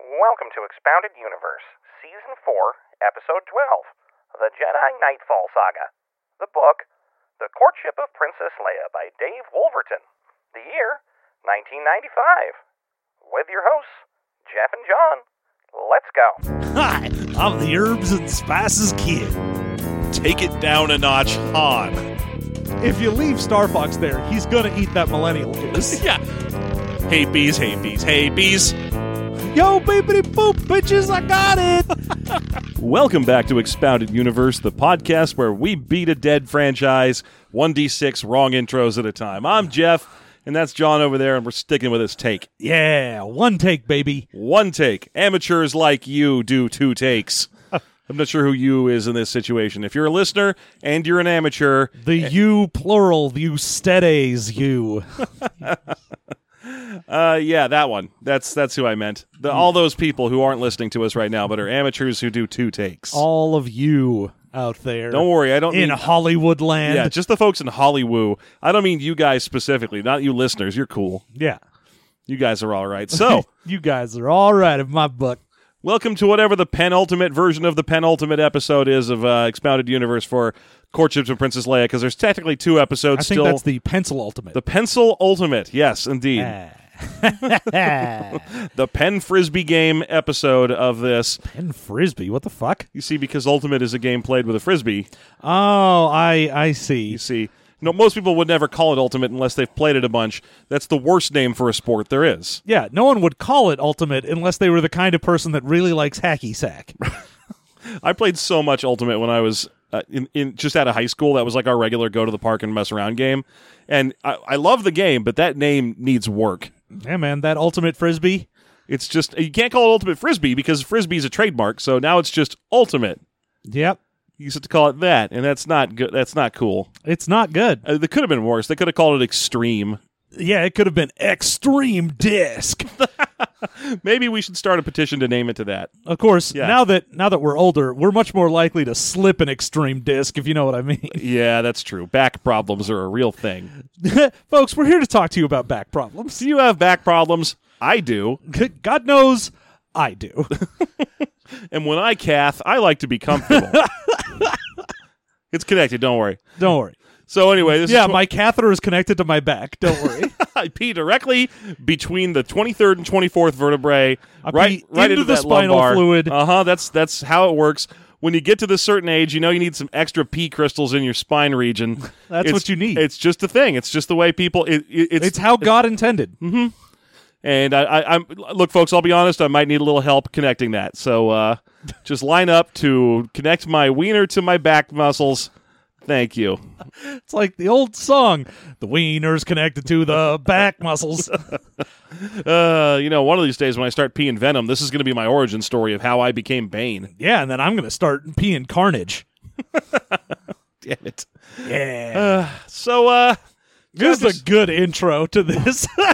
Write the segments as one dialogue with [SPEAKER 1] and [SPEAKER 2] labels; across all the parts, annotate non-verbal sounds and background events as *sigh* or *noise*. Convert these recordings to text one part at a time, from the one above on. [SPEAKER 1] Welcome to Expounded Universe, Season 4, Episode 12 The Jedi Nightfall Saga. The book, The Courtship of Princess Leia by Dave Wolverton. The year, 1995. With your hosts, Jeff and John. Let's go.
[SPEAKER 2] Hi, I'm the herbs and spices kid.
[SPEAKER 3] Take it down a notch, Han.
[SPEAKER 4] If you leave Star Fox there, he's gonna eat that millennial goose.
[SPEAKER 3] *laughs* yeah. Hey bees, hey bees, hey bees.
[SPEAKER 4] Yo, beepity boop, bitches, I got it.
[SPEAKER 3] Welcome back to Expounded Universe, the podcast where we beat a dead franchise 1d6 wrong intros at a time. I'm Jeff, and that's John over there, and we're sticking with this take.
[SPEAKER 2] Yeah, one take, baby.
[SPEAKER 3] One take. Amateurs like you do two
[SPEAKER 2] *laughs*
[SPEAKER 3] takes. I'm not sure who you is in this situation. If you're a listener and you're an amateur,
[SPEAKER 2] The you plural, the ustedes you.
[SPEAKER 3] Uh, yeah, that one. That's that's who I meant. The, all those people who aren't listening to us right now, but are amateurs who do two takes.
[SPEAKER 2] All of you out there.
[SPEAKER 3] Don't worry, I don't
[SPEAKER 2] In
[SPEAKER 3] mean
[SPEAKER 2] Hollywood land.
[SPEAKER 3] yeah, just the folks in Hollywood. I don't mean you guys specifically, not you listeners. You're cool.
[SPEAKER 2] Yeah.
[SPEAKER 3] You guys are all
[SPEAKER 2] *laughs*
[SPEAKER 3] right. So,
[SPEAKER 2] You guys are all right of my book.
[SPEAKER 3] welcome to whatever the penultimate version of the penultimate episode is of uh, Expounded Universe for Courtships of Princess Leia, because there's technically two episodes
[SPEAKER 2] I think
[SPEAKER 3] still.
[SPEAKER 2] that's the pencil ultimate.
[SPEAKER 3] the pencil ultimate, yes, indeed.
[SPEAKER 2] *laughs*
[SPEAKER 3] The pen frisbee game episode of this.
[SPEAKER 2] and frisbee, what the fuck?
[SPEAKER 3] You see, because ultimate is a game played with a frisbee.
[SPEAKER 2] Oh, I I see.
[SPEAKER 3] You see, no, most people would never call it ultimate unless they've played it a bunch. That's the worst name for a sport there is.
[SPEAKER 2] Yeah, no one would call it ultimate unless they were the kind of person that really likes hacky *laughs* sack.
[SPEAKER 3] I played so much ultimate when I was uh, in, in just out of high school. That was like our regular go to the park and mess around game. And I, I love the game, but that name needs work.
[SPEAKER 2] yeah, man, that ultimate frisbee.
[SPEAKER 3] It's just you can't call it ultimate frisbee because frisbee is a trademark. So now it's just ultimate.
[SPEAKER 2] Yep.
[SPEAKER 3] You used to call it that, and that's not good. That's not cool.
[SPEAKER 2] It's not good.
[SPEAKER 3] Uh, they could have been worse. They could have called it extreme.
[SPEAKER 2] Yeah, it could have been extreme disc.
[SPEAKER 3] Maybe we should start a petition to name it to that.
[SPEAKER 2] of course,
[SPEAKER 3] Yeah.
[SPEAKER 2] now that now that we're older, we're much more likely to slip an extreme disc, if you know what I mean. *laughs*
[SPEAKER 3] Yeah, that's true. Back problems are a real thing.
[SPEAKER 2] Folks, we're here to talk to you about back problems. *laughs*
[SPEAKER 3] Do you have back problems? I do.
[SPEAKER 2] God knows I *laughs* do.
[SPEAKER 3] And when I cath, I like to
[SPEAKER 2] *laughs*
[SPEAKER 3] be comfortable. it's connected, don't worry.
[SPEAKER 2] Don't worry.
[SPEAKER 3] So anyway, this
[SPEAKER 2] Yeah,
[SPEAKER 3] is
[SPEAKER 2] my catheter is connected to my back. Don't *laughs* worry.
[SPEAKER 3] *laughs* I pee directly between the 23rd and 24th vertebrae,
[SPEAKER 2] I
[SPEAKER 3] right
[SPEAKER 2] pee
[SPEAKER 3] right
[SPEAKER 2] into
[SPEAKER 3] into
[SPEAKER 2] the
[SPEAKER 3] that
[SPEAKER 2] spinal
[SPEAKER 3] lumbar.
[SPEAKER 2] fluid.
[SPEAKER 3] Uh-huh, that's that's how it works. When you get to this certain age, you know you need some extra pee crystals in your spine region.
[SPEAKER 2] *laughs* That's
[SPEAKER 3] It's-
[SPEAKER 2] what you need.
[SPEAKER 3] It's just a thing. It's just the way people it, it, it's,
[SPEAKER 2] It's how God intended.
[SPEAKER 3] And I, I, I'm look, folks. I'll be honest. I might need a little help connecting that. So uh, *laughs* just line up to connect my wiener to my back muscles. Thank you.
[SPEAKER 2] It's like the old song, the wiener's connected to the back
[SPEAKER 3] *laughs*
[SPEAKER 2] muscles.
[SPEAKER 3] Uh, you know, one of these days when I start peeing venom, this is going to be my origin story of how I became Bane.
[SPEAKER 2] yeah, and then I'm going to start peeing carnage.
[SPEAKER 3] *laughs* Damn it.
[SPEAKER 2] Yeah.
[SPEAKER 3] So uh,
[SPEAKER 2] This is a good intro to this. *laughs*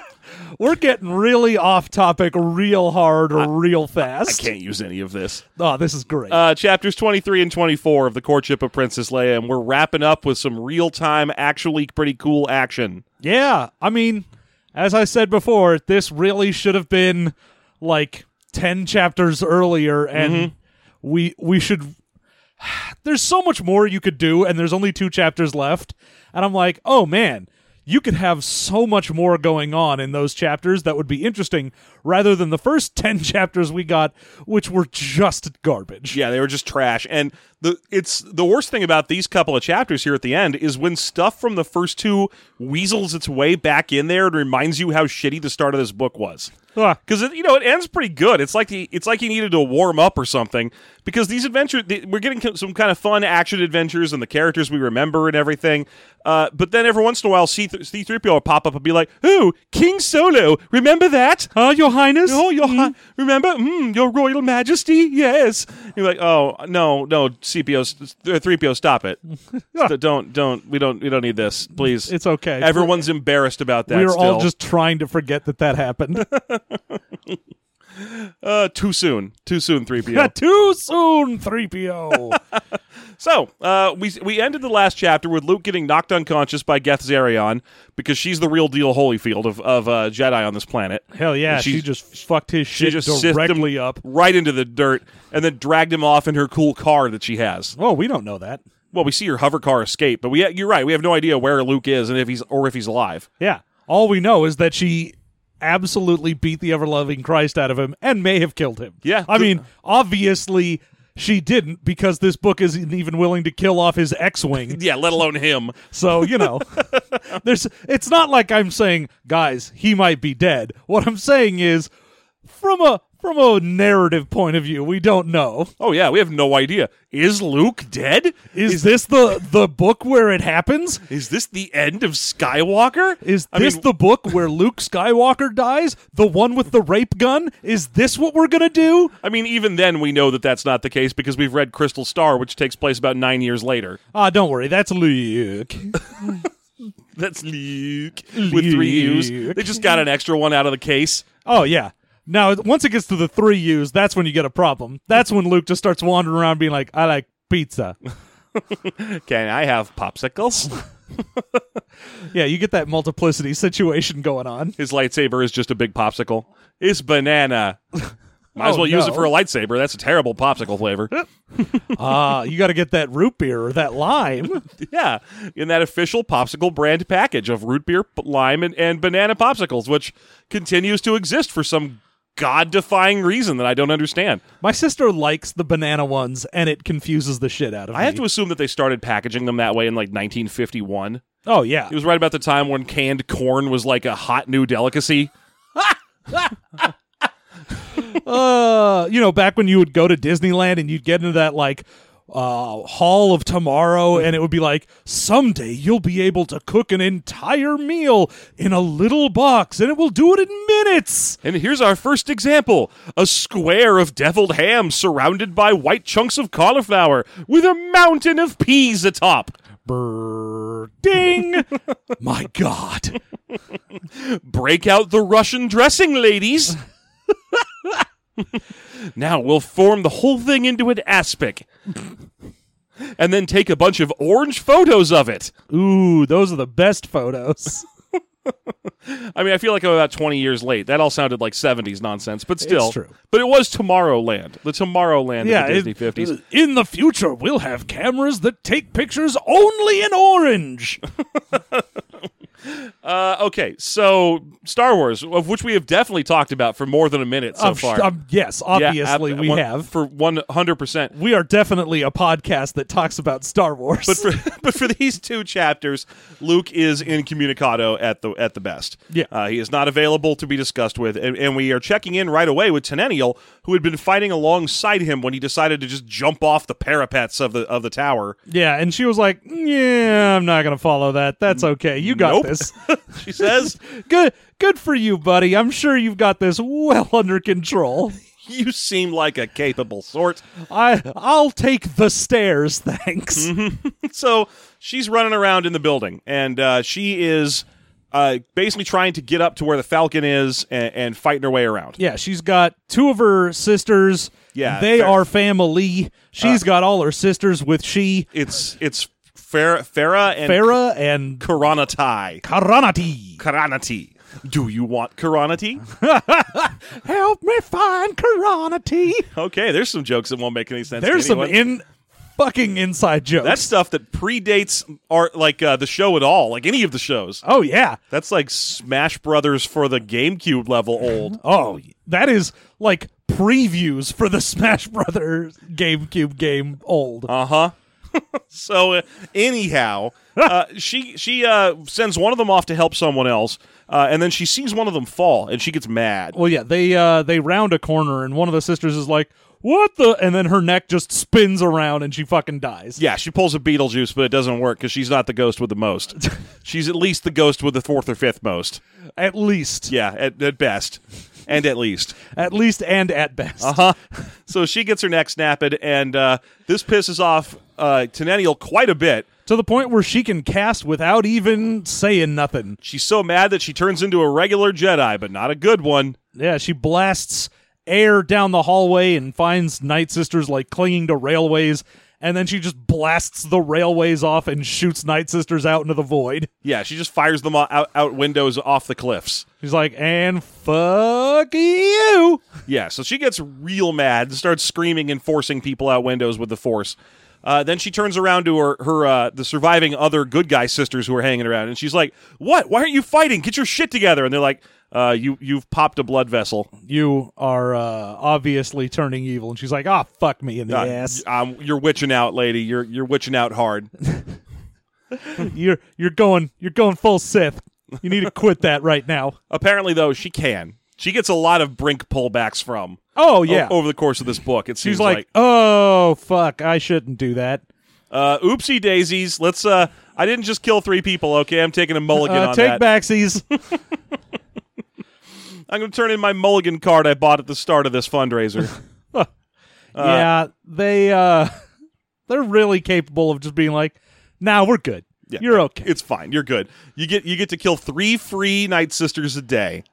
[SPEAKER 2] We're getting really off topic, real hard, real
[SPEAKER 3] I
[SPEAKER 2] fast.
[SPEAKER 3] can't use any of this.
[SPEAKER 2] Oh, this is great.
[SPEAKER 3] Uh, chapters 23 and 24 of The Courtship of Princess Leia, and we're wrapping up with some real time, actually pretty cool action.
[SPEAKER 2] yeah, I mean, as I said before, this really should have been like ten chapters earlier, and we we should. There's so much more you could do, and there's only two chapters left, and I'm like, oh man. You could have so much more going on in those chapters that would be interesting rather than the first *laughs* 10 chapters we got, which were just garbage.
[SPEAKER 3] Yeah, they were just trash. And the it's the worst thing about these couple of chapters here at the end is when stuff from the first two weasels its way back in there and reminds you how shitty the start of this book was.
[SPEAKER 2] Ah.
[SPEAKER 3] Because you know it ends pretty good. It's like the it's like he needed to warm up or something. Because these adventures, the, we're getting co- some kind of fun action adventures and the characters we remember and everything. Uh, but then every once in a while, C three PO will pop up and be like, "Who King Solo? Remember that?
[SPEAKER 2] Huh, Your Highness?
[SPEAKER 3] Oh, your hi- remember, mm, your royal majesty? Yes. You're like, oh no, no, CPO, uh, three PO,
[SPEAKER 2] *laughs*
[SPEAKER 3] stop it. St- don't, don't. We don't, we don't need this. Please,
[SPEAKER 2] It's okay.
[SPEAKER 3] Everyone's embarrassed about that.
[SPEAKER 2] we were all
[SPEAKER 3] still.
[SPEAKER 2] just trying to forget that that happened.
[SPEAKER 3] Uh, too soon. Too
[SPEAKER 2] *laughs*
[SPEAKER 3] soon, 3PO.
[SPEAKER 2] Too soon, 3PO.
[SPEAKER 3] so, uh, we we ended the last chapter with Luke getting knocked unconscious by Geth Zarion because she's the real deal Holyfield of, of uh, Jedi on this planet.
[SPEAKER 2] *laughs* Hell yeah.
[SPEAKER 3] She-
[SPEAKER 2] She, just fucked his
[SPEAKER 3] She
[SPEAKER 2] shit
[SPEAKER 3] just sithed him
[SPEAKER 2] directly up.
[SPEAKER 3] right into the dirt and then dragged him off in her cool car that she has.
[SPEAKER 2] Oh, we don't know that.
[SPEAKER 3] Well, we see her hover car escape, but we you're right. We have no idea where Luke is and if he's or if he's alive.
[SPEAKER 2] Yeah. All we know is that she absolutely beat the ever loving Christ out of him and may have killed him.
[SPEAKER 3] Yeah.
[SPEAKER 2] I mean, obviously she didn't because this book isn't even willing to kill off his X Wing.
[SPEAKER 3] *laughs* Yeah, let alone him.
[SPEAKER 2] So, you know, *laughs* there's it's not like I'm saying, guys, he might be dead. What I'm saying is from a from a narrative point of view, we don't know.
[SPEAKER 3] Oh yeah, we have no idea. Is Luke dead?
[SPEAKER 2] Is, this the the book where it happens?
[SPEAKER 3] Is this the end of Skywalker?
[SPEAKER 2] Is
[SPEAKER 3] I
[SPEAKER 2] this
[SPEAKER 3] mean,
[SPEAKER 2] the book where Luke Skywalker dies? The one with the rape gun? Is this what we're going to do?
[SPEAKER 3] I mean, even then we know that that's not the case because we've read Crystal Star, which takes place about nine years later.
[SPEAKER 2] Ah, don't worry. That's *laughs* Luke.
[SPEAKER 3] That's Luke with three U's.
[SPEAKER 2] Luke.
[SPEAKER 3] They just got an extra one out of the case.
[SPEAKER 2] Oh, yeah. Now, once it gets to the three U's, that's when you get a problem. That's when Luke just starts wandering around being like, I like *laughs* pizza.
[SPEAKER 3] Can I have popsicles?
[SPEAKER 2] yeah, you get that multiplicity situation going on.
[SPEAKER 3] His lightsaber is just a big popsicle. It's banana. Might as
[SPEAKER 2] Oh,
[SPEAKER 3] well use it
[SPEAKER 2] no.
[SPEAKER 3] for a lightsaber. That's a terrible
[SPEAKER 2] *laughs*
[SPEAKER 3] popsicle flavor.
[SPEAKER 2] *laughs* Ah, you got to get that root beer or that lime.
[SPEAKER 3] yeah, in that official popsicle brand package of root beer, p- lime, and, and banana popsicles, which continues to exist for some god-defying reason that I don't understand.
[SPEAKER 2] My sister likes the banana ones, and it confuses the shit out of me.
[SPEAKER 3] I have to assume that they started packaging them that way in like 1951.
[SPEAKER 2] Oh yeah.
[SPEAKER 3] It was right about the time when canned corn was like a hot new delicacy.
[SPEAKER 2] uh, you know, back when you would go to Disneyland and you'd get into that like uh hall of tomorrow and it would be like someday you'll be able to cook an entire meal in a little box and it will do it in minutes.
[SPEAKER 3] And here's our first example a square of deviled ham surrounded by white chunks of cauliflower with a mountain of peas atop.
[SPEAKER 2] Brrr, *laughs* ding. My god.
[SPEAKER 3] Break out the Russian dressing, ladies. *laughs* now we'll form the whole thing into an aspic. and then take a bunch of orange photos of it.
[SPEAKER 2] Ooh, those are the best photos.
[SPEAKER 3] I mean, I feel like I'm about 20 years late. That all sounded like 70s nonsense, but still.
[SPEAKER 2] true.
[SPEAKER 3] But it was Tomorrowland, the Tomorrowland
[SPEAKER 2] *laughs* yeah,
[SPEAKER 3] of the Disney 50s.
[SPEAKER 2] In the future, we'll have cameras that take pictures only in orange.
[SPEAKER 3] Uh, okay, so Star Wars, of which we have definitely talked about for more than a minute *laughs* so
[SPEAKER 2] I'm sh-
[SPEAKER 3] far.
[SPEAKER 2] I'm- yes,
[SPEAKER 3] Yeah,
[SPEAKER 2] obviously
[SPEAKER 3] ab-
[SPEAKER 2] we
[SPEAKER 3] one-
[SPEAKER 2] have.
[SPEAKER 3] for one hundred percent.
[SPEAKER 2] we are definitely a podcast that talks about Star Wars.
[SPEAKER 3] But for *laughs* but for these two chapters, Luke is incommunicado at the at the best.
[SPEAKER 2] Yeah.
[SPEAKER 3] uh, he is not available to be discussed with, and, and we are checking in right away with Tenennial, who had been fighting alongside him when he decided to just jump off the parapets of the of the tower.
[SPEAKER 2] *laughs* yeah, and she was like, "Yeah, I'm not going to follow that. That's okay. You got
[SPEAKER 3] Mm, Nope. *laughs*
[SPEAKER 2] this.
[SPEAKER 3] She says,
[SPEAKER 2] good, good for you, buddy. I'm sure you've got this well *laughs* under control.
[SPEAKER 3] "You seem like a capable sort."
[SPEAKER 2] I, I'll take the stairs, thanks.
[SPEAKER 3] Mm-hmm. so she's running around in the building, and uh, she is uh, basically trying to get up to where the Falcon is and, and fighting her way around.
[SPEAKER 2] Yeah, she's got two of her sisters.
[SPEAKER 3] Yeah,
[SPEAKER 2] they
[SPEAKER 3] fair- Uh,
[SPEAKER 2] are family. She's got all her sisters with she,
[SPEAKER 3] It's it's Farah, Farah and
[SPEAKER 2] Farah, and
[SPEAKER 3] Karanatai.
[SPEAKER 2] Karanati.
[SPEAKER 3] Karanati. Do you want Karanati?
[SPEAKER 2] Help me find Karanati.
[SPEAKER 3] okay, there's some jokes that won't make any sense. to
[SPEAKER 2] There's some
[SPEAKER 3] anyone.
[SPEAKER 2] in fucking inside jokes.
[SPEAKER 3] That's stuff that predates art like uh, the show at all, like any of the shows.
[SPEAKER 2] oh yeah.
[SPEAKER 3] That's like Smash Brothers for the GameCube level old.
[SPEAKER 2] *laughs* Oh, that is like previews for the *laughs* Smash Brothers GameCube game old.
[SPEAKER 3] Uh huh. so uh, anyhow, uh, she she uh, sends one of them off to help someone else, uh, and then she sees one of them fall, and she gets mad.
[SPEAKER 2] well, yeah, they uh they round a corner and one of the sisters is like, "What the?" and then her neck just spins around and she fucking dies.
[SPEAKER 3] Yeah, she pulls a Beetlejuice, but it doesn't work because she's not the ghost with the
[SPEAKER 2] *laughs*
[SPEAKER 3] most. she's at least the ghost with the fourth or fifth most.
[SPEAKER 2] At least.
[SPEAKER 3] Yeah, at, at best, and at least.
[SPEAKER 2] At least and at best.
[SPEAKER 3] Uh huh. *laughs* So she gets her neck snapped, and uh, this pisses off uh, Tenennial quite a bit.
[SPEAKER 2] To the point where she can cast without even saying nothing.
[SPEAKER 3] She's so mad that she turns into a regular Jedi, but not a good one.
[SPEAKER 2] Yeah, she blasts air down the hallway and finds Night Sisters like clinging to railways, and then she just blasts the railways off and shoots Night Sisters out into the void.
[SPEAKER 3] Yeah, she just fires them o- out, out windows off the cliffs.
[SPEAKER 2] She's like, and fuck you.
[SPEAKER 3] Yeah, so she gets real mad and starts screaming and forcing people out windows with the force. Uh, then she turns around to her, her uh, the surviving other good guy sisters who are hanging around, and she's like, "What? Why aren't you fighting? Get your shit together!" And they're like, uh, "You you've popped a blood vessel.
[SPEAKER 2] You are uh, obviously turning evil. And she's like, ah, fuck me in the
[SPEAKER 3] Uh,
[SPEAKER 2] ass.
[SPEAKER 3] um, you're witching out, lady. You're you're witching out hard."
[SPEAKER 2] You're you're going you're going full Sith. You need to quit that right now.
[SPEAKER 3] Apparently, though, she can. She gets a lot of brink pullbacks from.
[SPEAKER 2] Oh yeah.
[SPEAKER 3] o- over the course of this book, it seems
[SPEAKER 2] She's like, oh fuck, I shouldn't do that.
[SPEAKER 3] Uh, oopsie daisies. Let's. Uh, I didn't just kill three people. Okay, I'm taking a mulligan
[SPEAKER 2] Uh,
[SPEAKER 3] on
[SPEAKER 2] take
[SPEAKER 3] that.
[SPEAKER 2] backsies.
[SPEAKER 3] I'm going to turn in my mulligan card I bought at the start of this fundraiser.
[SPEAKER 2] yeah, they uh they're really capable of just being like, nah, we're good.
[SPEAKER 3] Yeah.
[SPEAKER 2] You're *laughs* okay.
[SPEAKER 3] it's fine. You're good. You get you get to kill three free night sisters a day.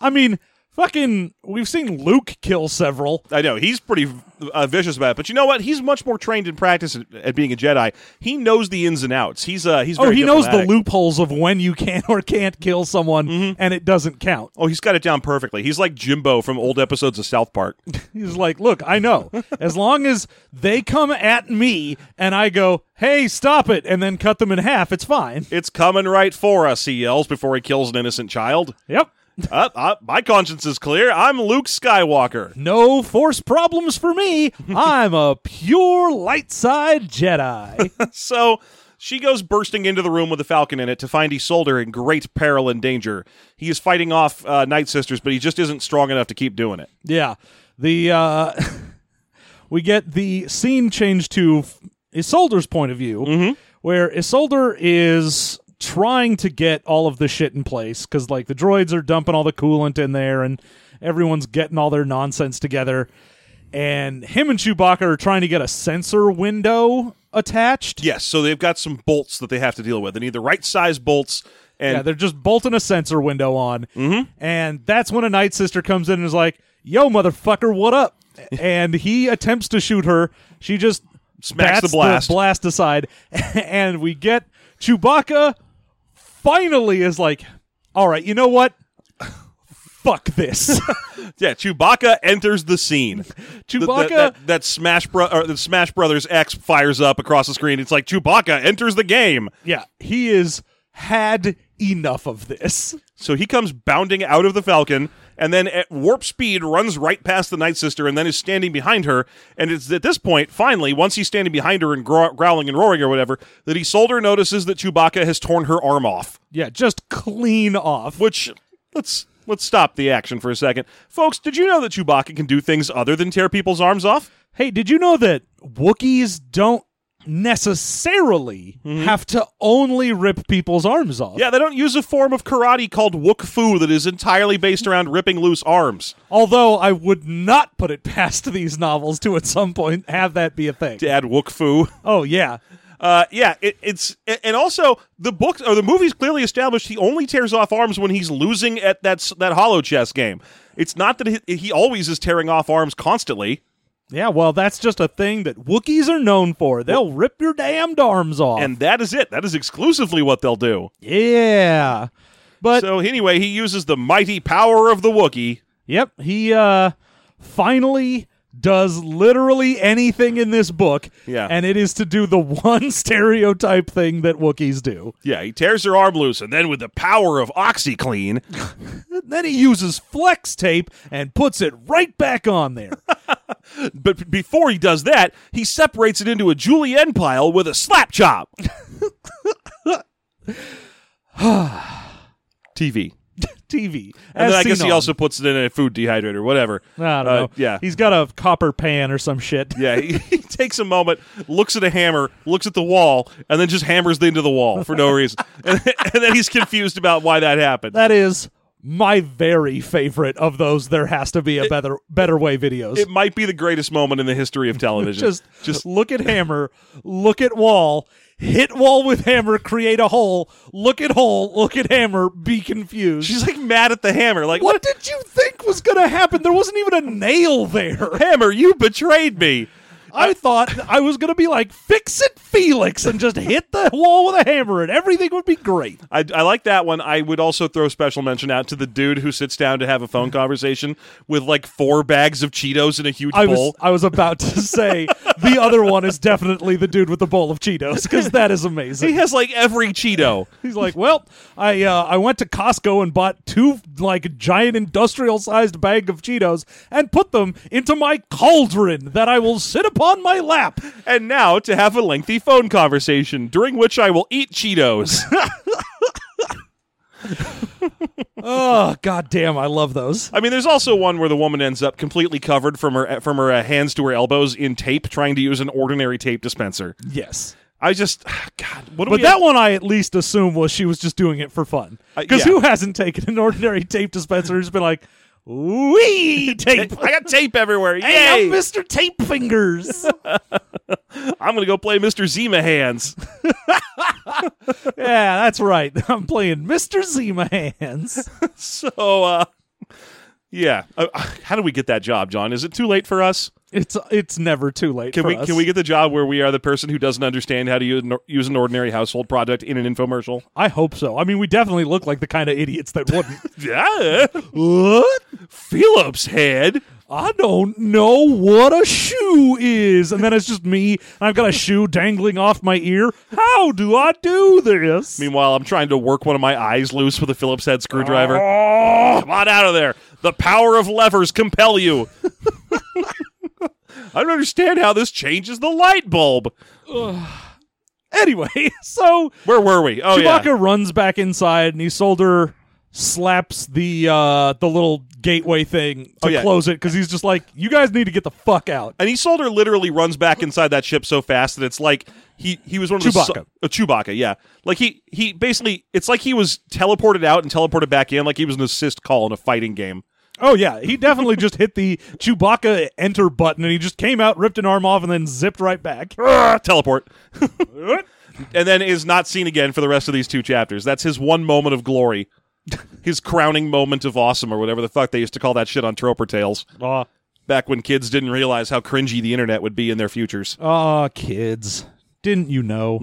[SPEAKER 2] I mean, fucking we've seen Luke kill several.
[SPEAKER 3] I know he's pretty uh, vicious about it, but you know what? He's much more trained in practice at, at being a Jedi. He knows the ins and outs. He's uh he's
[SPEAKER 2] Oh,
[SPEAKER 3] very
[SPEAKER 2] he knows the
[SPEAKER 3] diplomatic. Mm-hmm.
[SPEAKER 2] loopholes of when you can or can't kill someone and it doesn't count.
[SPEAKER 3] Oh, he's got it down perfectly. He's like Jimbo from old episodes of South Park.
[SPEAKER 2] He's like, look, I know. As long as they come at me and I go, hey, stop it, and then cut them in half, it's fine.
[SPEAKER 3] it's coming right for us. He yells before he kills an innocent *laughs* child.
[SPEAKER 2] Yep.
[SPEAKER 3] uh, uh, my conscience is clear. I'm Luke Skywalker. *laughs*
[SPEAKER 2] No force problems for me. I'm a pure light side Jedi.
[SPEAKER 3] So she goes bursting into the room with the Falcon in it to find Isolde in great peril and danger. He is fighting off uh, Night Sisters, but he just isn't strong enough to keep doing it.
[SPEAKER 2] yeah. The uh *laughs* we get the scene changed to Isolder's point of view, where Isolder is trying to get all of the shit in place because like the droids are dumping all the coolant in there and everyone's getting all their nonsense together. And him and Chewbacca are trying to get a sensor window attached.
[SPEAKER 3] Yes, so they've got some bolts that they have to deal with. They need the right size bolts.
[SPEAKER 2] Yeah,
[SPEAKER 3] And
[SPEAKER 2] they're just bolting a sensor window on. Mm-hmm. And that's when a Night Sister comes in and is like, yo, motherfucker, what up? and he attempts to shoot her. She just
[SPEAKER 3] Smacks the
[SPEAKER 2] bats
[SPEAKER 3] blast.
[SPEAKER 2] blast aside. *laughs* and we get Chewbacca finally is like, all right, you know what? Fuck this.
[SPEAKER 3] yeah, Chewbacca enters the *laughs* scene. Th- th-
[SPEAKER 2] Chewbacca.
[SPEAKER 3] that, that Smash Bro- or the Smash Brothers X fires up across the screen. It's like Chewbacca enters the game.
[SPEAKER 2] yeah, he is had enough of this.
[SPEAKER 3] So he comes bounding out of the Falcon and then at warp speed runs right past the Night Sister and then is standing behind her. And it's at this point, finally, once he's standing behind her and grow- growling and roaring or whatever, that he Solder notices that Chewbacca has torn her arm off.
[SPEAKER 2] Yeah, just clean off.
[SPEAKER 3] Which let's let's stop the action for a second. Folks, did you know that Chewbacca can do things other than tear people's arms off?
[SPEAKER 2] Hey, did you know that Wookiees don't necessarily have to only rip people's arms off?
[SPEAKER 3] Mm-hmm. Yeah, they don't use a form of karate called Wook Fu that is entirely based around ripping loose arms.
[SPEAKER 2] Although I would not put it *laughs* past these novels to at some point have that be a thing.
[SPEAKER 3] Dad Wook *laughs* Fu.
[SPEAKER 2] Oh yeah.
[SPEAKER 3] Uh, yeah, it, it's a- and also the book or the movie's clearly established he only tears off arms when he's losing at that s- that hollow chess game. It's not that he, he always is tearing off arms constantly,
[SPEAKER 2] Yeah, well, that's just a thing that Wookiees are known for. They'll rip your damned arms off.
[SPEAKER 3] and that is it. That is exclusively what they'll do.
[SPEAKER 2] yeah. But
[SPEAKER 3] So anyway, he uses the mighty power of the Wookiee.
[SPEAKER 2] Yep, he uh finally does literally anything in this book.
[SPEAKER 3] Yeah.
[SPEAKER 2] And it is to do the *laughs* one stereotype thing that Wookiees do.
[SPEAKER 3] Yeah, he tears her arm loose, and then with the power of
[SPEAKER 2] *laughs*
[SPEAKER 3] OxyClean,
[SPEAKER 2] Then he uses flex tape and puts it right back on
[SPEAKER 3] *laughs*
[SPEAKER 2] there.
[SPEAKER 3] but b- before he does that, he separates it into a julienne pile with a
[SPEAKER 2] *laughs*
[SPEAKER 3] slap *sighs* chop. TV.
[SPEAKER 2] TV.
[SPEAKER 3] And
[SPEAKER 2] as
[SPEAKER 3] then I guess
[SPEAKER 2] seen
[SPEAKER 3] he
[SPEAKER 2] on.
[SPEAKER 3] also puts it in a food dehydrator, whatever.
[SPEAKER 2] I don't
[SPEAKER 3] Uh,
[SPEAKER 2] know.
[SPEAKER 3] Yeah.
[SPEAKER 2] He's got a copper pan or some shit.
[SPEAKER 3] *laughs* yeah, he, he takes a moment, looks at a hammer, looks at the wall, and then just hammers it into the wall for
[SPEAKER 2] *laughs*
[SPEAKER 3] no reason. and, and then he's confused about why that happened.
[SPEAKER 2] That is my very favorite of those there has to be a better better way videos.
[SPEAKER 3] it might be the greatest moment in the history of television.
[SPEAKER 2] just just look at hammer, look at wall, hit wall with hammer, create a hole, look at hole, look at hammer, be confused.
[SPEAKER 3] She's like mad at the hammer. Like,
[SPEAKER 2] what did you think was going to happen? There wasn't even a nail there.
[SPEAKER 3] hammer? You betrayed me.
[SPEAKER 2] I thought I was going to be like, fix it, Felix, and just hit the wall with a hammer and everything would be great.
[SPEAKER 3] I, I like that one. I would also throw special mention out to the dude who sits down to have a phone conversation with like four bags of Cheetos in a huge
[SPEAKER 2] I was
[SPEAKER 3] bowl.
[SPEAKER 2] I was about to say the other one is definitely the dude with the bowl of Cheetos because that is
[SPEAKER 3] He
[SPEAKER 2] amazing.
[SPEAKER 3] has like every Cheeto.
[SPEAKER 2] He's like, well, I uh, I went to Costco and bought two like giant industrial sized bag of Cheetos and put them into my cauldron that I will sit upon my lap.
[SPEAKER 3] And now to have a lengthy phone conversation during which I will eat Cheetos. *laughs*
[SPEAKER 2] Oh god damn, I love those.
[SPEAKER 3] I mean, there's also one where the woman ends up completely covered from her from her uh, hands to her elbows in tape, trying to use an ordinary tape dispenser.
[SPEAKER 2] Yes.
[SPEAKER 3] I just, *sighs* God, what do
[SPEAKER 2] But
[SPEAKER 3] we?
[SPEAKER 2] that one I at least assume was she was just doing it for fun.
[SPEAKER 3] Uh,
[SPEAKER 2] Because
[SPEAKER 3] yeah.
[SPEAKER 2] who hasn't taken an ordinary tape dispenser who's been like, wee *laughs* tape.
[SPEAKER 3] I got tape everywhere.
[SPEAKER 2] *laughs* Hey,
[SPEAKER 3] Yay!
[SPEAKER 2] I'm Mr. Tape *laughs* Fingers.
[SPEAKER 3] I'm gonna go play Mr. Zima Hands. *laughs*
[SPEAKER 2] yeah, that's right. *laughs* I'm playing Mr. Zima *laughs* Hands.
[SPEAKER 3] So, uh, yeah. Uh, how do we get that job, John? Is it too late for us?
[SPEAKER 2] It's it's never too late.
[SPEAKER 3] Can
[SPEAKER 2] for
[SPEAKER 3] we
[SPEAKER 2] us.
[SPEAKER 3] can we get the job where we are the person who doesn't understand how to use an, use an ordinary household product in an infomercial?
[SPEAKER 2] I hope so. I mean, we definitely look like the kind of idiots that wouldn't. *laughs*
[SPEAKER 3] Yeah.
[SPEAKER 2] what?
[SPEAKER 3] Phillips head.
[SPEAKER 2] I don't know what a shoe is, and then it's just me, and I've got a shoe dangling off my ear. How do I do this?
[SPEAKER 3] Meanwhile, I'm trying to work one of my eyes loose with a Phillips head screwdriver.
[SPEAKER 2] Ah.
[SPEAKER 3] Come on out of there. The power of levers
[SPEAKER 2] *laughs*
[SPEAKER 3] compel you. I don't understand how this changes the light bulb.
[SPEAKER 2] Anyway, *laughs* so
[SPEAKER 3] Where were we? Oh
[SPEAKER 2] Chewbacca
[SPEAKER 3] yeah.
[SPEAKER 2] runs back inside, and he soldier slaps the uh the little gateway thing to
[SPEAKER 3] Oh, yeah.
[SPEAKER 2] close it because he's just like, "You guys need to get the fuck out."
[SPEAKER 3] And Isolder literally runs back inside that ship so fast that it's like he he was one of the
[SPEAKER 2] Chewbacca.
[SPEAKER 3] so- uh, Chewbacca, yeah. Like he he basically it's like he was teleported out and teleported back in, like he was an assist call in a fighting game.
[SPEAKER 2] Oh yeah, he definitely just hit the Chewbacca enter button, and he just came out, ripped an arm off, and then zipped right *laughs* back.
[SPEAKER 3] Ah, teleport. *laughs* and then is not seen again for the rest of these two chapters. That's his one moment of glory. His crowning moment of awesome, or whatever the fuck they used to call that shit on Troper Tales,
[SPEAKER 2] Aw,
[SPEAKER 3] back when kids didn't realize how cringy the internet would be in their futures.
[SPEAKER 2] aw, kids, didn't you know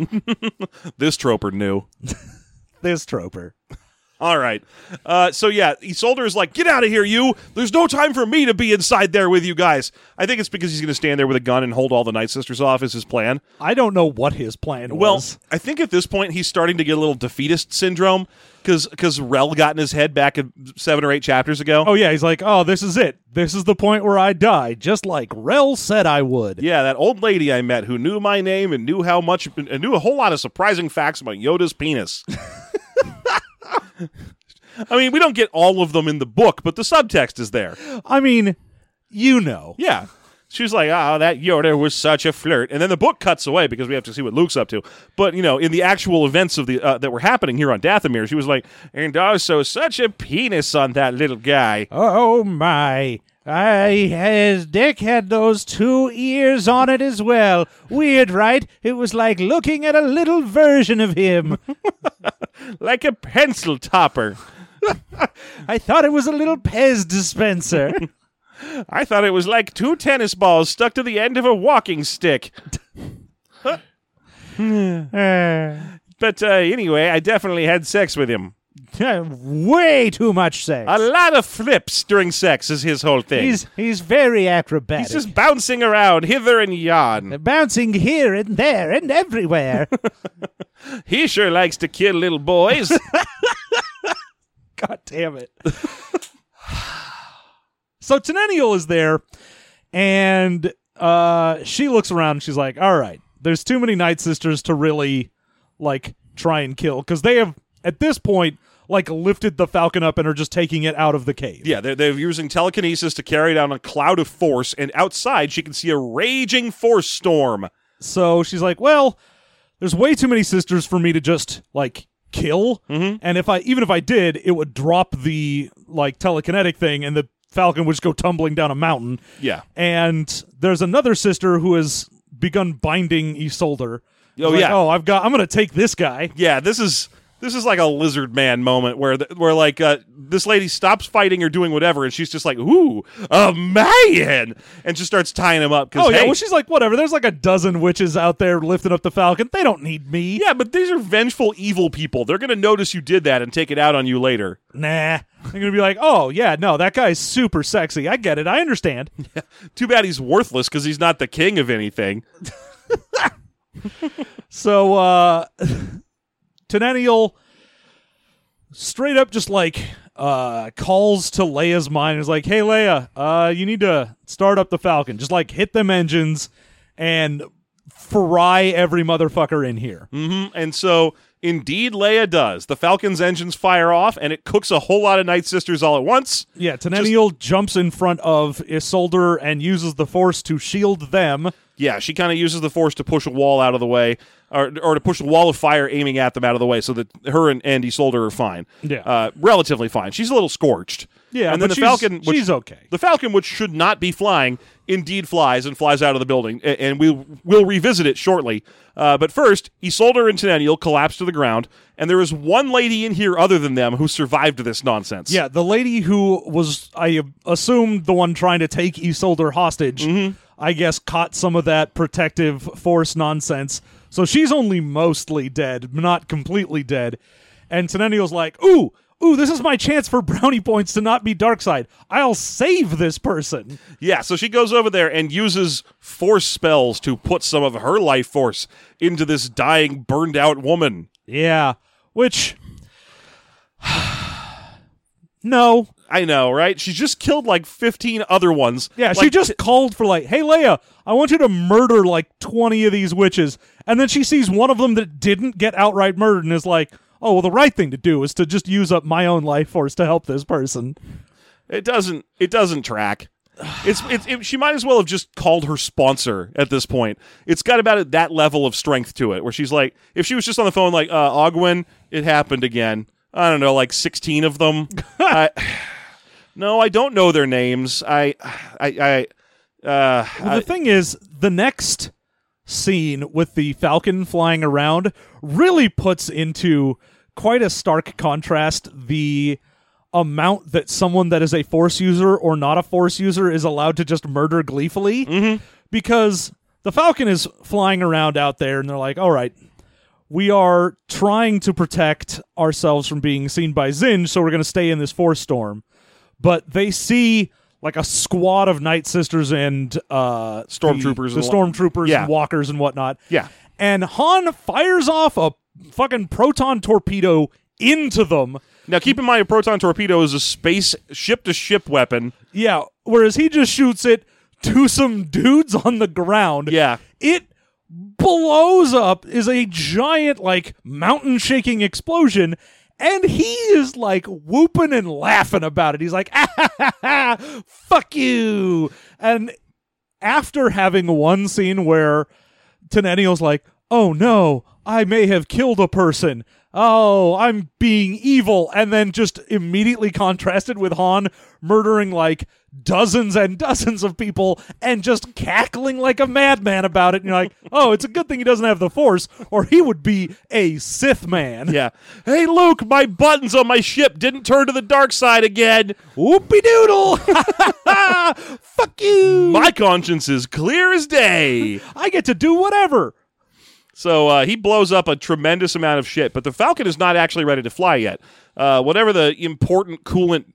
[SPEAKER 3] This Troper knew.
[SPEAKER 2] *laughs* this Troper?
[SPEAKER 3] All right. Uh, so, yeah, Isolder is like, get out of here, you. There's no time for me to be inside there with you guys. I think it's because he's going to stand there with a gun and hold all the Night Sisters off, is his plan.
[SPEAKER 2] I don't know what his plan
[SPEAKER 3] Well,
[SPEAKER 2] was.
[SPEAKER 3] I think at this point he's starting to get a little defeatist syndrome because Rel got in his head back in seven or eight chapters ago.
[SPEAKER 2] Oh yeah, he's like, oh, this is it. This is the point where I die, just like Rel said I would.
[SPEAKER 3] Yeah, that old lady I met who knew my name and knew how much and knew a whole lot of surprising facts about
[SPEAKER 2] *laughs*
[SPEAKER 3] Yoda's penis. I mean, we don't get all of them in the book, but the subtext is there.
[SPEAKER 2] I mean, you know.
[SPEAKER 3] Yeah. She's like, oh, that Yoda was such a flirt. And then the book cuts away because we have to see what Luke's up to. But, you know, in the actual events of the uh, that were happening here on Dathomir, she was like, and also such a penis on that little guy.
[SPEAKER 2] Oh my. I his dick had those two ears on it as well. Weird, right? It was like looking at a little version of him.
[SPEAKER 3] Like a pencil topper.
[SPEAKER 2] I thought it was a little Pez
[SPEAKER 3] *laughs*
[SPEAKER 2] dispenser.
[SPEAKER 3] I thought it was like two tennis balls stuck to the end of a walking stick.
[SPEAKER 2] Uh,
[SPEAKER 3] But uh, anyway, I definitely had sex with him.
[SPEAKER 2] uh, way too much sex.
[SPEAKER 3] A lot of flips during sex is his whole thing.
[SPEAKER 2] he's he's very acrobatic.
[SPEAKER 3] He's just bouncing around hither and yon.
[SPEAKER 2] bouncing here and there and everywhere.
[SPEAKER 3] He sure likes to kill little boys.
[SPEAKER 2] God damn it. so Tenennial is there, and uh, she looks around and she's like, all right, there's too many Night Sisters to really, like, try and kill. Because they have, at this point, like, lifted the Falcon up and are just taking it out of the cave.
[SPEAKER 3] Yeah, they're, they're using telekinesis to carry down a cloud of force, and outside she can see a raging force storm.
[SPEAKER 2] So she's like, well, there's way too many sisters for me to just, like, kill.
[SPEAKER 3] Mm-hmm.
[SPEAKER 2] And if I, even if I did, it would drop the, like, telekinetic thing and the Falcon would just go tumbling down a mountain.
[SPEAKER 3] Yeah.
[SPEAKER 2] and there's another sister who has begun binding Isolder,
[SPEAKER 3] Oh
[SPEAKER 2] Like,
[SPEAKER 3] yeah,
[SPEAKER 2] oh, I've got. I'm gonna take this guy.
[SPEAKER 3] yeah. This is this is like a lizard man moment where the, where like uh, this lady stops fighting or doing whatever, and she's just like, "Ooh, a man," and just starts tying him up. 'cause,
[SPEAKER 2] Oh yeah.
[SPEAKER 3] hey,
[SPEAKER 2] Well, she's like, whatever. There's like a dozen witches out there lifting up the Falcon. They don't need me.
[SPEAKER 3] yeah, but these are vengeful, evil people. They're gonna notice you did that and take it out on you later.
[SPEAKER 2] Nah. They're gonna be like, oh yeah, no, that guy's super sexy. I get it. I understand.
[SPEAKER 3] Too bad he's worthless because he's not the king of anything.
[SPEAKER 2] So uh *laughs* Tenennial straight up just like uh calls to Leia's mind and is like, "Hey Leia, uh you need to start up the Falcon. Just like hit them engines and fry every motherfucker in here."
[SPEAKER 3] hmm And so, indeed, Leia does. The Falcon's engines fire off, and it cooks a whole lot of Night Sisters all at once.
[SPEAKER 2] Yeah, Tenennial jumps in front of Isildur and uses the Force to shield them.
[SPEAKER 3] Yeah, she kind of uses the Force to push a wall out of the way, or, or to push a wall of fire aiming at them out of the way, so that her and Andy Solder are fine.
[SPEAKER 2] Yeah.
[SPEAKER 3] uh, relatively fine. She's a little scorched.
[SPEAKER 2] Yeah,
[SPEAKER 3] and then
[SPEAKER 2] but
[SPEAKER 3] the
[SPEAKER 2] she's-
[SPEAKER 3] Falcon, which,
[SPEAKER 2] she's okay.
[SPEAKER 3] The Falcon, which should not be flying, indeed flies and flies out of the building, a- and we will revisit it shortly. Uh, but first, Isolder and Tenennial collapse to the ground, and there is one lady in here other than them who survived this nonsense.
[SPEAKER 2] Yeah, the lady who was, I assumed, the one trying to take Isildur hostage, I guess caught some of that protective force nonsense. So she's only mostly dead, not completely dead. And Tenennial's like, ooh, ooh, this is my chance for brownie points to not be dark side. I'll save this person.
[SPEAKER 3] Yeah, so she goes over there and uses force spells to put some of her life force into this dying, burned out woman.
[SPEAKER 2] Yeah, which... *sighs* no.
[SPEAKER 3] I know, right? She just killed like 15 other ones.
[SPEAKER 2] Yeah, she
[SPEAKER 3] Like,
[SPEAKER 2] just called for like, "Hey Leia, I want you to murder like 20 of these witches." And then she sees one of them that didn't get outright murdered and is like, "Oh, well the right thing to do is to just use up my own life force to help this person."
[SPEAKER 3] It doesn't it doesn't track. It's it's it, she might as well have just called her sponsor at this point. It's got about at that level of strength to it where she's like if she was just on the phone like uh Ogwen, it happened again. I don't know, like 16 of
[SPEAKER 2] *laughs*
[SPEAKER 3] them. I, *sighs* no, I don't know their names. I *sighs* I I uh
[SPEAKER 2] Well, the thing is, the next scene with the falcon flying around really puts into quite a stark contrast the amount that someone that is a force user or not a force user is allowed to just murder gleefully
[SPEAKER 3] Mm-hmm.
[SPEAKER 2] because the falcon is flying around out there and they're like all right we are trying to protect ourselves from being seen by Zinj, so we're going to stay in this force storm. But they see like a squad of Night Sisters and uh,
[SPEAKER 3] Stormtroopers
[SPEAKER 2] the,
[SPEAKER 3] and
[SPEAKER 2] the
[SPEAKER 3] wa-
[SPEAKER 2] stormtroopers,
[SPEAKER 3] Yeah.
[SPEAKER 2] and walkers, and whatnot.
[SPEAKER 3] Yeah.
[SPEAKER 2] and Han fires off a fucking proton torpedo into them.
[SPEAKER 3] Now, keep in mind, a proton torpedo is a space ship to ship weapon.
[SPEAKER 2] Yeah, whereas he just shoots it to some dudes on the ground.
[SPEAKER 3] Yeah.
[SPEAKER 2] It blows up, is a giant, like, mountain shaking explosion. And he is like whooping and laughing about it. He's like, ah, ha, ha, ha, fuck you. And after having one scene where Tenennial's like, oh no, I may have killed a person. Oh, I'm being evil. And then just immediately contrasted with Han murdering like dozens and *laughs* dozens of people and just cackling like a madman about it. And you're like, oh, it's a good thing he doesn't have the Force or he would be a Sith man.
[SPEAKER 3] Yeah. Hey, Luke, my buttons on my ship didn't turn to the dark side again.
[SPEAKER 2] Whoopie
[SPEAKER 3] *laughs*
[SPEAKER 2] doodle. *laughs* Fuck you.
[SPEAKER 3] My conscience is clear as day.
[SPEAKER 2] I get to do whatever.
[SPEAKER 3] So uh, he blows up a tremendous amount of shit, but the Falcon is not actually ready to fly yet. Uh, whatever the important coolant.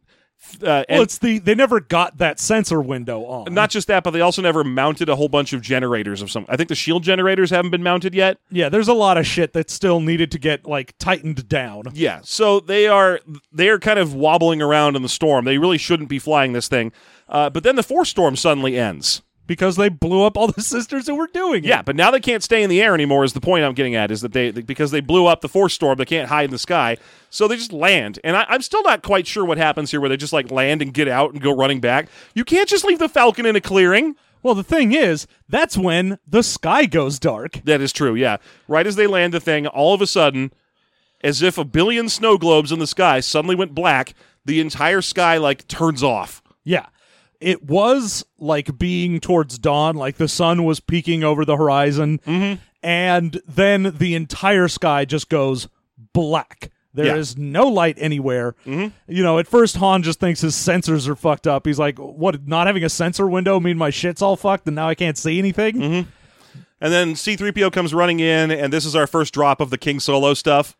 [SPEAKER 3] Uh,
[SPEAKER 2] Well,
[SPEAKER 3] and-
[SPEAKER 2] it's the they never got that sensor window on.
[SPEAKER 3] not just that, but they also never mounted a whole bunch of generators of some. I think the shield generators haven't been mounted yet.
[SPEAKER 2] Yeah, there's a lot of shit that still needed to get like tightened down.
[SPEAKER 3] Yeah, so they are they are kind of wobbling around in the storm. They really shouldn't be flying this thing. Uh, but then the force storm suddenly ends.
[SPEAKER 2] because they blew up all the *laughs* sisters who were doing it.
[SPEAKER 3] Yeah, but now they can't stay in the air anymore. Is the point I'm getting at? Is that they because they blew up the force storm, they can't hide in the sky, so they just land. And I, I'm still not quite sure what happens here, where they just like land and get out and go running back. You can't just leave the Falcon in a clearing.
[SPEAKER 2] Well, the thing is, that's when the sky goes dark.
[SPEAKER 3] That is true. Yeah, right as they land the thing, all of a sudden, as if a billion snow globes in the sky suddenly went black, the entire sky like turns off.
[SPEAKER 2] Yeah. It
[SPEAKER 3] Mm-hmm.
[SPEAKER 2] was like being towards dawn, like the sun was peeking over the horizon. and then the entire sky just goes black. There is
[SPEAKER 3] Yeah. Mm-hmm.
[SPEAKER 2] no light anywhere. You know, at first Han just thinks his sensors are fucked up. He's like, "What? Not having a sensor window mean my shit's all fucked, and now I can't see anything."
[SPEAKER 3] Mm-hmm. And then C3PO comes running in, and this is our first drop of the King Solo stuff.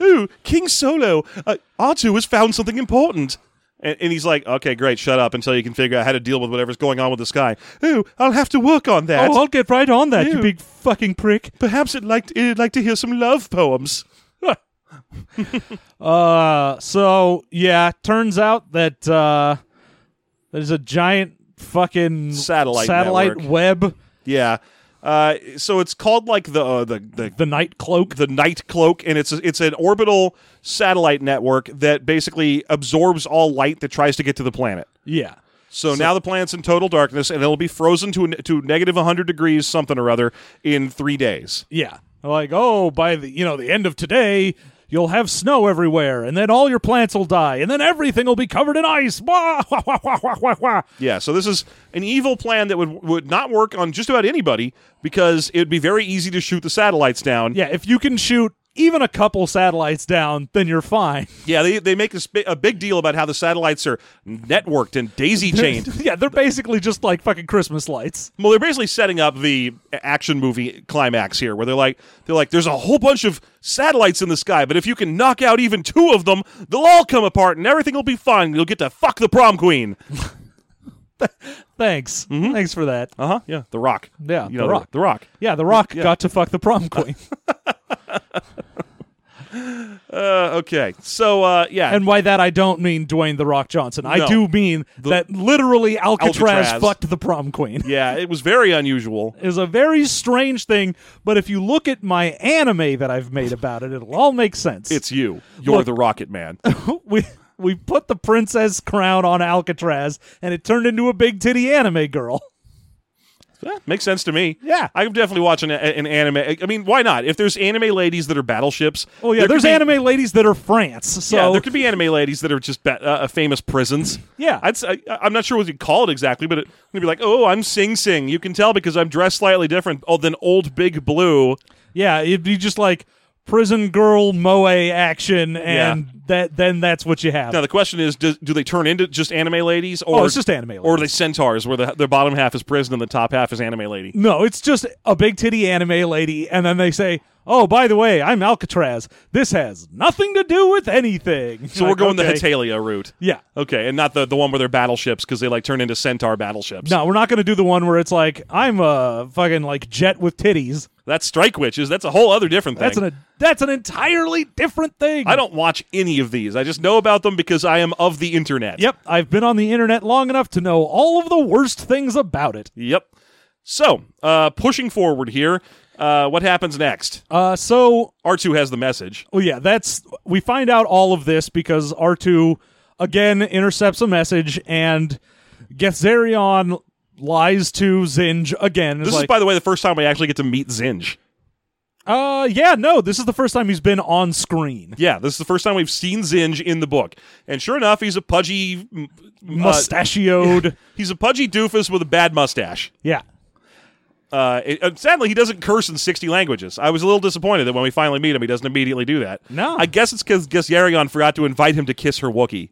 [SPEAKER 3] Ooh, King Solo! Uh, R2 has found something important. And, and he's like, okay, great, shut up until you can figure out how to deal with whatever's going on with the sky. Ooh, I'll have to work on that.
[SPEAKER 2] Oh, I'll get right on that, you
[SPEAKER 3] Ew.
[SPEAKER 2] big fucking prick.
[SPEAKER 3] Perhaps it'd like, it'd like to hear some love poems.
[SPEAKER 2] Uh, so yeah, turns out that uh, there's a giant fucking
[SPEAKER 3] Satellite
[SPEAKER 2] satellite
[SPEAKER 3] network.
[SPEAKER 2] web,
[SPEAKER 3] Yeah. Uh, so it's called like the, uh, the, the
[SPEAKER 2] the night cloak.
[SPEAKER 3] the night cloak and it's a, it's an orbital satellite network that basically absorbs all light that tries to get to the planet
[SPEAKER 2] Yeah.
[SPEAKER 3] so, now the planet's in total darkness and it'll be frozen to a- to negative 100 degrees something or other in 3 days
[SPEAKER 2] Yeah. Like, oh, by the you know, the end of today, you'll have snow everywhere, and then all your plants will die, and then everything will be covered in ice. Wah, wah, wah, wah, wah, wah, wah.
[SPEAKER 3] yeah so this is an evil plan that would would not work on just about anybody because it would be very easy to shoot the satellites down
[SPEAKER 2] Yeah, if you can shoot even a couple satellites down, then you're fine. *laughs*
[SPEAKER 3] yeah they, they make a, sp- a big deal about how the satellites are networked and daisy
[SPEAKER 2] *laughs*
[SPEAKER 3] chained
[SPEAKER 2] yeah, they're basically just like fucking Christmas lights.
[SPEAKER 3] Well, they're basically setting up the action movie climax here, where they're like, they're like, there's a whole bunch of satellites in the sky, but if you can knock out even two of them, they'll all come apart and everything will be fine. You'll get to fuck the prom queen.
[SPEAKER 2] Thanks. Thanks for that.
[SPEAKER 3] Uh huh. Yeah, The Rock.
[SPEAKER 2] Uh-huh, Yeah,
[SPEAKER 3] you
[SPEAKER 2] The
[SPEAKER 3] know,
[SPEAKER 2] Rock.
[SPEAKER 3] The Rock.
[SPEAKER 2] Yeah, The Rock got to fuck the prom queen.
[SPEAKER 3] Uh, okay. So, uh, yeah,
[SPEAKER 2] and by that, I don't mean Dwayne The Rock Johnson. I
[SPEAKER 3] No.
[SPEAKER 2] do mean that literally Alcatraz,
[SPEAKER 3] Alcatraz.
[SPEAKER 2] fucked the prom queen. *laughs*
[SPEAKER 3] yeah, it was very unusual.
[SPEAKER 2] is a very strange thing, but if you look at my anime that I've made about it, it'll all make sense.
[SPEAKER 3] It's you. You're
[SPEAKER 2] Look-
[SPEAKER 3] the Rocket Man.
[SPEAKER 2] *laughs* we we put the princess crown on Alcatraz and it turned into a big titty anime
[SPEAKER 3] *laughs*
[SPEAKER 2] girl.
[SPEAKER 3] Yeah, makes sense to me.
[SPEAKER 2] Yeah.
[SPEAKER 3] I'm definitely watching a- an anime. I I mean, why not? If there's anime ladies that are battleships,
[SPEAKER 2] Oh yeah,
[SPEAKER 3] there could
[SPEAKER 2] there's
[SPEAKER 3] be-
[SPEAKER 2] anime ladies that are France. So
[SPEAKER 3] yeah, there could be anime ladies that are just ba- uh, uh, famous prisons.
[SPEAKER 2] Yeah.
[SPEAKER 3] I'd, s- I, am not sure what you'd call it exactly, but it, would be like, oh, I'm Sing Sing. You can tell because I'm dressed slightly different oh, than Old Big Blue.
[SPEAKER 2] yeah, it'd be just like prison girl moe action and that then that's what you have.
[SPEAKER 3] Now the question is, do, do they turn into just anime ladies, or
[SPEAKER 2] Oh, it's just anime
[SPEAKER 3] or are
[SPEAKER 2] ladies.
[SPEAKER 3] they centaurs, where the, their bottom half is prison and the top half is anime lady?
[SPEAKER 2] No, it's just a big titty anime lady, and then they say, "Oh, by the way, I'm Alcatraz. This has nothing to do with anything."
[SPEAKER 3] So we're going the Hetalia route.
[SPEAKER 2] Yeah.
[SPEAKER 3] Okay, and not the, the one where they're battleships because they like turn into centaur battleships.
[SPEAKER 2] No, we're not going to do the one where it's like I'm a fucking like jet with titties.
[SPEAKER 3] That's Strike Witches. That's a whole other different thing.
[SPEAKER 2] That's an that's an entirely different thing.
[SPEAKER 3] I don't watch any of these. I just know about them because I am of the internet.
[SPEAKER 2] Yep, I've been on the internet long enough to know all of the worst things about it.
[SPEAKER 3] Yep. So, uh, pushing forward here, uh, what happens next?
[SPEAKER 2] Uh, so,
[SPEAKER 3] R2 has the message.
[SPEAKER 2] well, yeah, that's we find out all of this because R two again intercepts a message and Gethzerion lies to Zinj again. It's
[SPEAKER 3] This is,
[SPEAKER 2] like,
[SPEAKER 3] by the way, the first time we actually get to meet Zinj.
[SPEAKER 2] uh, yeah, no, this is the first time he's been on screen.
[SPEAKER 3] Yeah, this is the first time we've seen Zinj in the book, and sure enough, he's a pudgy, mm, uh,
[SPEAKER 2] Mustachioed,
[SPEAKER 3] he's a pudgy doofus with a bad mustache.
[SPEAKER 2] yeah.
[SPEAKER 3] Uh, it- and sadly, he doesn't curse in sixty languages. I was a little disappointed that when we finally meet him, he doesn't immediately do that.
[SPEAKER 2] No.
[SPEAKER 3] I guess it's because Yarion forgot to invite him to kiss her Wookiee.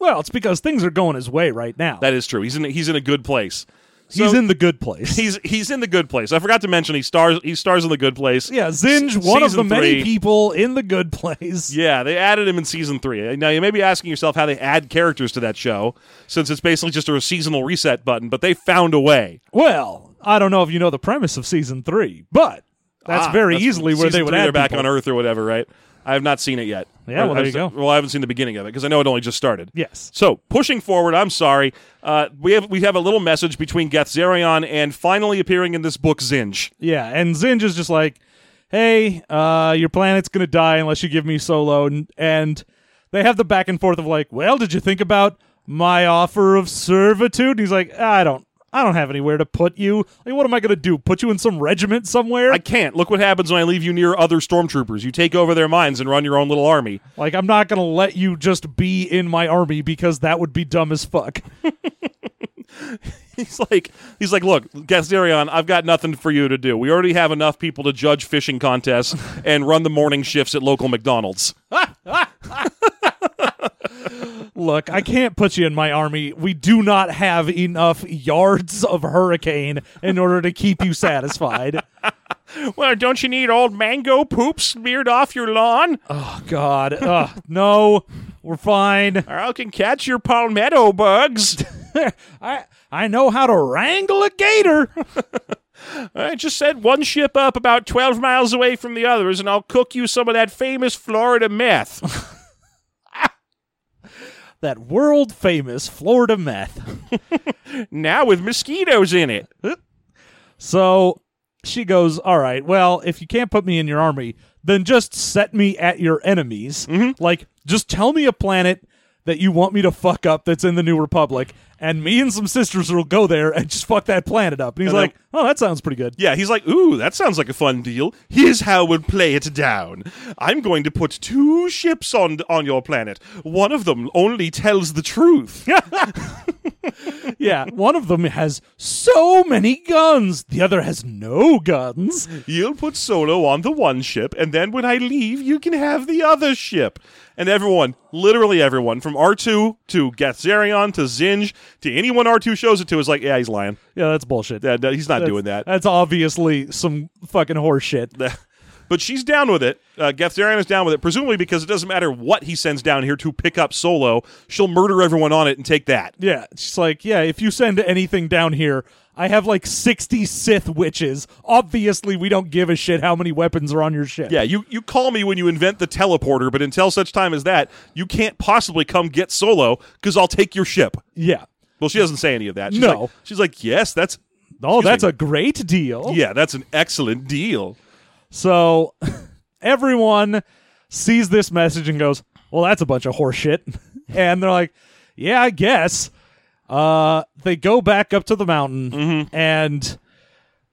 [SPEAKER 2] Well, it's because things are going his way right now.
[SPEAKER 3] that is true. He's in he's in a good place.
[SPEAKER 2] he's
[SPEAKER 3] So-
[SPEAKER 2] in the good place.
[SPEAKER 3] He's he's in the good place. I forgot to mention he stars he stars in the good place.
[SPEAKER 2] yeah, Zinj,
[SPEAKER 3] S-
[SPEAKER 2] one of the
[SPEAKER 3] season
[SPEAKER 2] many
[SPEAKER 3] three.
[SPEAKER 2] people in the good place.
[SPEAKER 3] Yeah, they added him in season three. Uh, Now you may be asking yourself how they add characters to that show, since it's basically just a seasonal reset button. But they found a way.
[SPEAKER 2] Well, I don't know if you know the premise of season three, but that's
[SPEAKER 3] Ah,
[SPEAKER 2] very easily where
[SPEAKER 3] season
[SPEAKER 2] they would
[SPEAKER 3] three,
[SPEAKER 2] add
[SPEAKER 3] they're back
[SPEAKER 2] people.
[SPEAKER 3] on Earth or whatever, right? I have not seen it yet.
[SPEAKER 2] Yeah, well,
[SPEAKER 3] I- I
[SPEAKER 2] there
[SPEAKER 3] was-
[SPEAKER 2] you go.
[SPEAKER 3] Well, I haven't seen the beginning of it because I know it only just started.
[SPEAKER 2] Yes.
[SPEAKER 3] So pushing forward, I'm sorry. Uh, we have we have a little message between Gathzarion and finally appearing in this book, Zinj.
[SPEAKER 2] Yeah, and Zinj is just like, "Hey, uh, your planet's gonna die unless you give me Solo," and, and they have the back and forth of like, "Well, did you think about my offer of servitude?" And he's like, "I don't." I don't have anywhere to put you. Like, what am I going to do? Put you in some regiment somewhere?
[SPEAKER 3] I can't. Look what happens when I leave you near other stormtroopers. You take over their minds and run your own little army. *laughs*
[SPEAKER 2] like, I'm not going to let you just be in my army because that would be dumb as fuck.
[SPEAKER 3] He's like, he's like, look, Gazarion, I've got nothing for you to do. We already have enough people to judge fishing contests *laughs* and run the morning shifts at local McDonald's.
[SPEAKER 2] Look, I can't put you in my army. We do not have enough yards of hurricane in order to keep you satisfied.
[SPEAKER 3] Well, don't you need old mango poop smeared off your lawn?
[SPEAKER 2] oh God, Ugh, no, we're fine. *laughs*
[SPEAKER 3] Or I can catch your palmetto bugs. *laughs*
[SPEAKER 2] I I know how to wrangle a gator.
[SPEAKER 3] I just set one ship up about 12 miles away from the others, and I'll cook you some of that famous Florida meth. *laughs*
[SPEAKER 2] that world famous Florida meth.
[SPEAKER 3] now with mosquitoes in it.
[SPEAKER 2] So she goes, All right, well, if you can't put me in your army, then just set me at your enemies. Like, just tell me a planet that you want me to fuck up that's in the New Republic, and me and some sisters will go there and just fuck that planet up. And he's
[SPEAKER 3] And
[SPEAKER 2] like, Oh, that sounds pretty good.
[SPEAKER 3] Yeah, he's like, ooh, that sounds like a fun deal. Here's how we'll play it down. I'm going to put two ships on on your planet. One of them only tells the truth.
[SPEAKER 2] yeah, one of them has so many guns, the other has no guns.
[SPEAKER 3] You'll put Solo on the one ship, and then when I leave, you can have the other ship. And everyone, literally everyone, from R2 to Gathzarion to Zinj to anyone R2 shows it to, is like, yeah, he's lying.
[SPEAKER 2] Yeah, that's bullshit.
[SPEAKER 3] That, that- he's not
[SPEAKER 2] That's-
[SPEAKER 3] doing that.
[SPEAKER 2] That's obviously some fucking horse shit.
[SPEAKER 3] *laughs* But she's down with it. Uh, Gathzarion is down with it, presumably because it doesn't matter what he sends down here to pick up Solo. She'll murder everyone on it and take that.
[SPEAKER 2] Yeah, she's like, yeah, if you send anything down here, I have like 60 Sith witches. Obviously, we don't give a shit how many weapons are on your ship.
[SPEAKER 3] Yeah, you, you call me when you invent the teleporter, but until such time as that, you can't possibly come get Solo because I'll take your ship.
[SPEAKER 2] Yeah.
[SPEAKER 3] Well, she doesn't say any of that. She's
[SPEAKER 2] No.
[SPEAKER 3] like- she's like, yes, that's
[SPEAKER 2] Oh, that's
[SPEAKER 3] me.
[SPEAKER 2] a great deal. *laughs*
[SPEAKER 3] Yeah, that's an excellent deal.
[SPEAKER 2] So *laughs* everyone sees this message and goes, well, that's a bunch of horse shit. *laughs* and they're like, yeah, I guess. Uh, they go back up to the mountain
[SPEAKER 3] Mm-hmm.
[SPEAKER 2] and *sighs*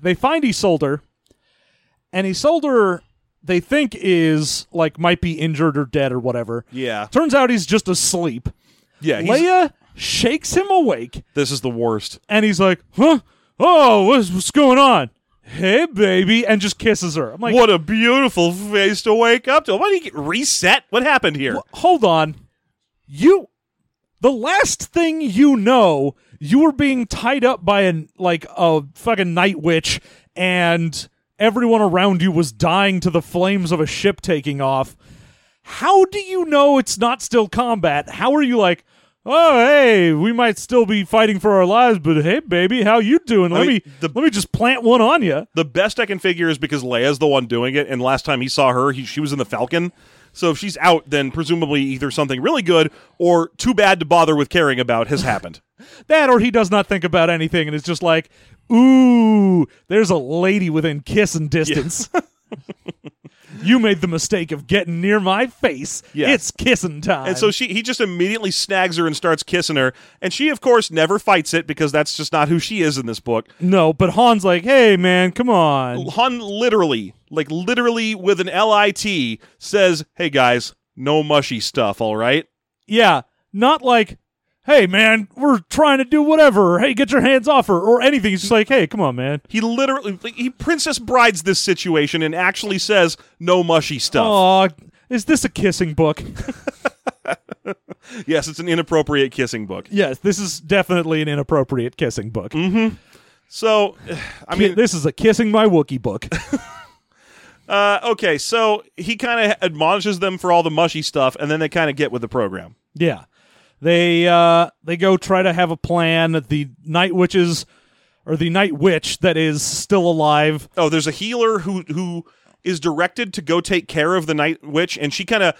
[SPEAKER 2] they find Isolder. And Isolder, they think, is like might be injured or dead or whatever.
[SPEAKER 3] Yeah.
[SPEAKER 2] Turns out he's just asleep.
[SPEAKER 3] Yeah, he's-
[SPEAKER 2] Leia shakes him awake,
[SPEAKER 3] this is the worst.
[SPEAKER 2] and he's like, "Huh? Oh, what's, what's going on? Hey, baby!" And just kisses her. I'm like,
[SPEAKER 3] What a beautiful face to wake up to. Why did he get reset? What happened here?
[SPEAKER 2] "Hold on, you." The last thing you know, you were being tied up by an like a fucking night witch, and everyone around you was dying to the flames of a ship taking off. How do you know it's not still combat? How are you like? Oh hey, we might still be fighting for our lives, but hey, baby, how you doing? Let
[SPEAKER 3] mean,
[SPEAKER 2] me
[SPEAKER 3] the-
[SPEAKER 2] let me just plant one on you.
[SPEAKER 3] The best I can figure is because Leia's the one doing it, and last time he saw her, he, she was in the Falcon. So if she's out, then presumably either something really good or too bad to bother with caring about has happened.
[SPEAKER 2] That or he does not think about anything and is just like, ooh, there's a lady within kissing distance. *laughs* you made the mistake of getting near my face.
[SPEAKER 3] Yeah.
[SPEAKER 2] It's kissing time.
[SPEAKER 3] And so she he just immediately snags her and starts kissing her, and she of course never fights it because that's just not who she is in this book.
[SPEAKER 2] no, but Han's like, hey man, come on.
[SPEAKER 3] Han literally, like literally with an LIT says, "Hey guys, no mushy stuff, all right?"
[SPEAKER 2] Yeah, not like, hey man, we're trying to do whatever. Hey, get your hands off her or anything. He's just like, hey, come on, man.
[SPEAKER 3] He literally like, he princess brides this situation and actually says, "No mushy stuff."
[SPEAKER 2] Aw, is this a kissing book?
[SPEAKER 3] Yes, it's an inappropriate kissing book.
[SPEAKER 2] yes, this is definitely an inappropriate kissing book.
[SPEAKER 3] Mm-hmm. So, *sighs* I mean,
[SPEAKER 2] this is a kissing my Wookie book.
[SPEAKER 3] uh, okay, so he kind of admonishes them for all the mushy stuff and then they kind of get with the program.
[SPEAKER 2] Yeah. They uh they go try to have a plan. The night witches or the night witch that is still alive.
[SPEAKER 3] Oh, there's a healer who who is directed to go take care of the night witch and she kind of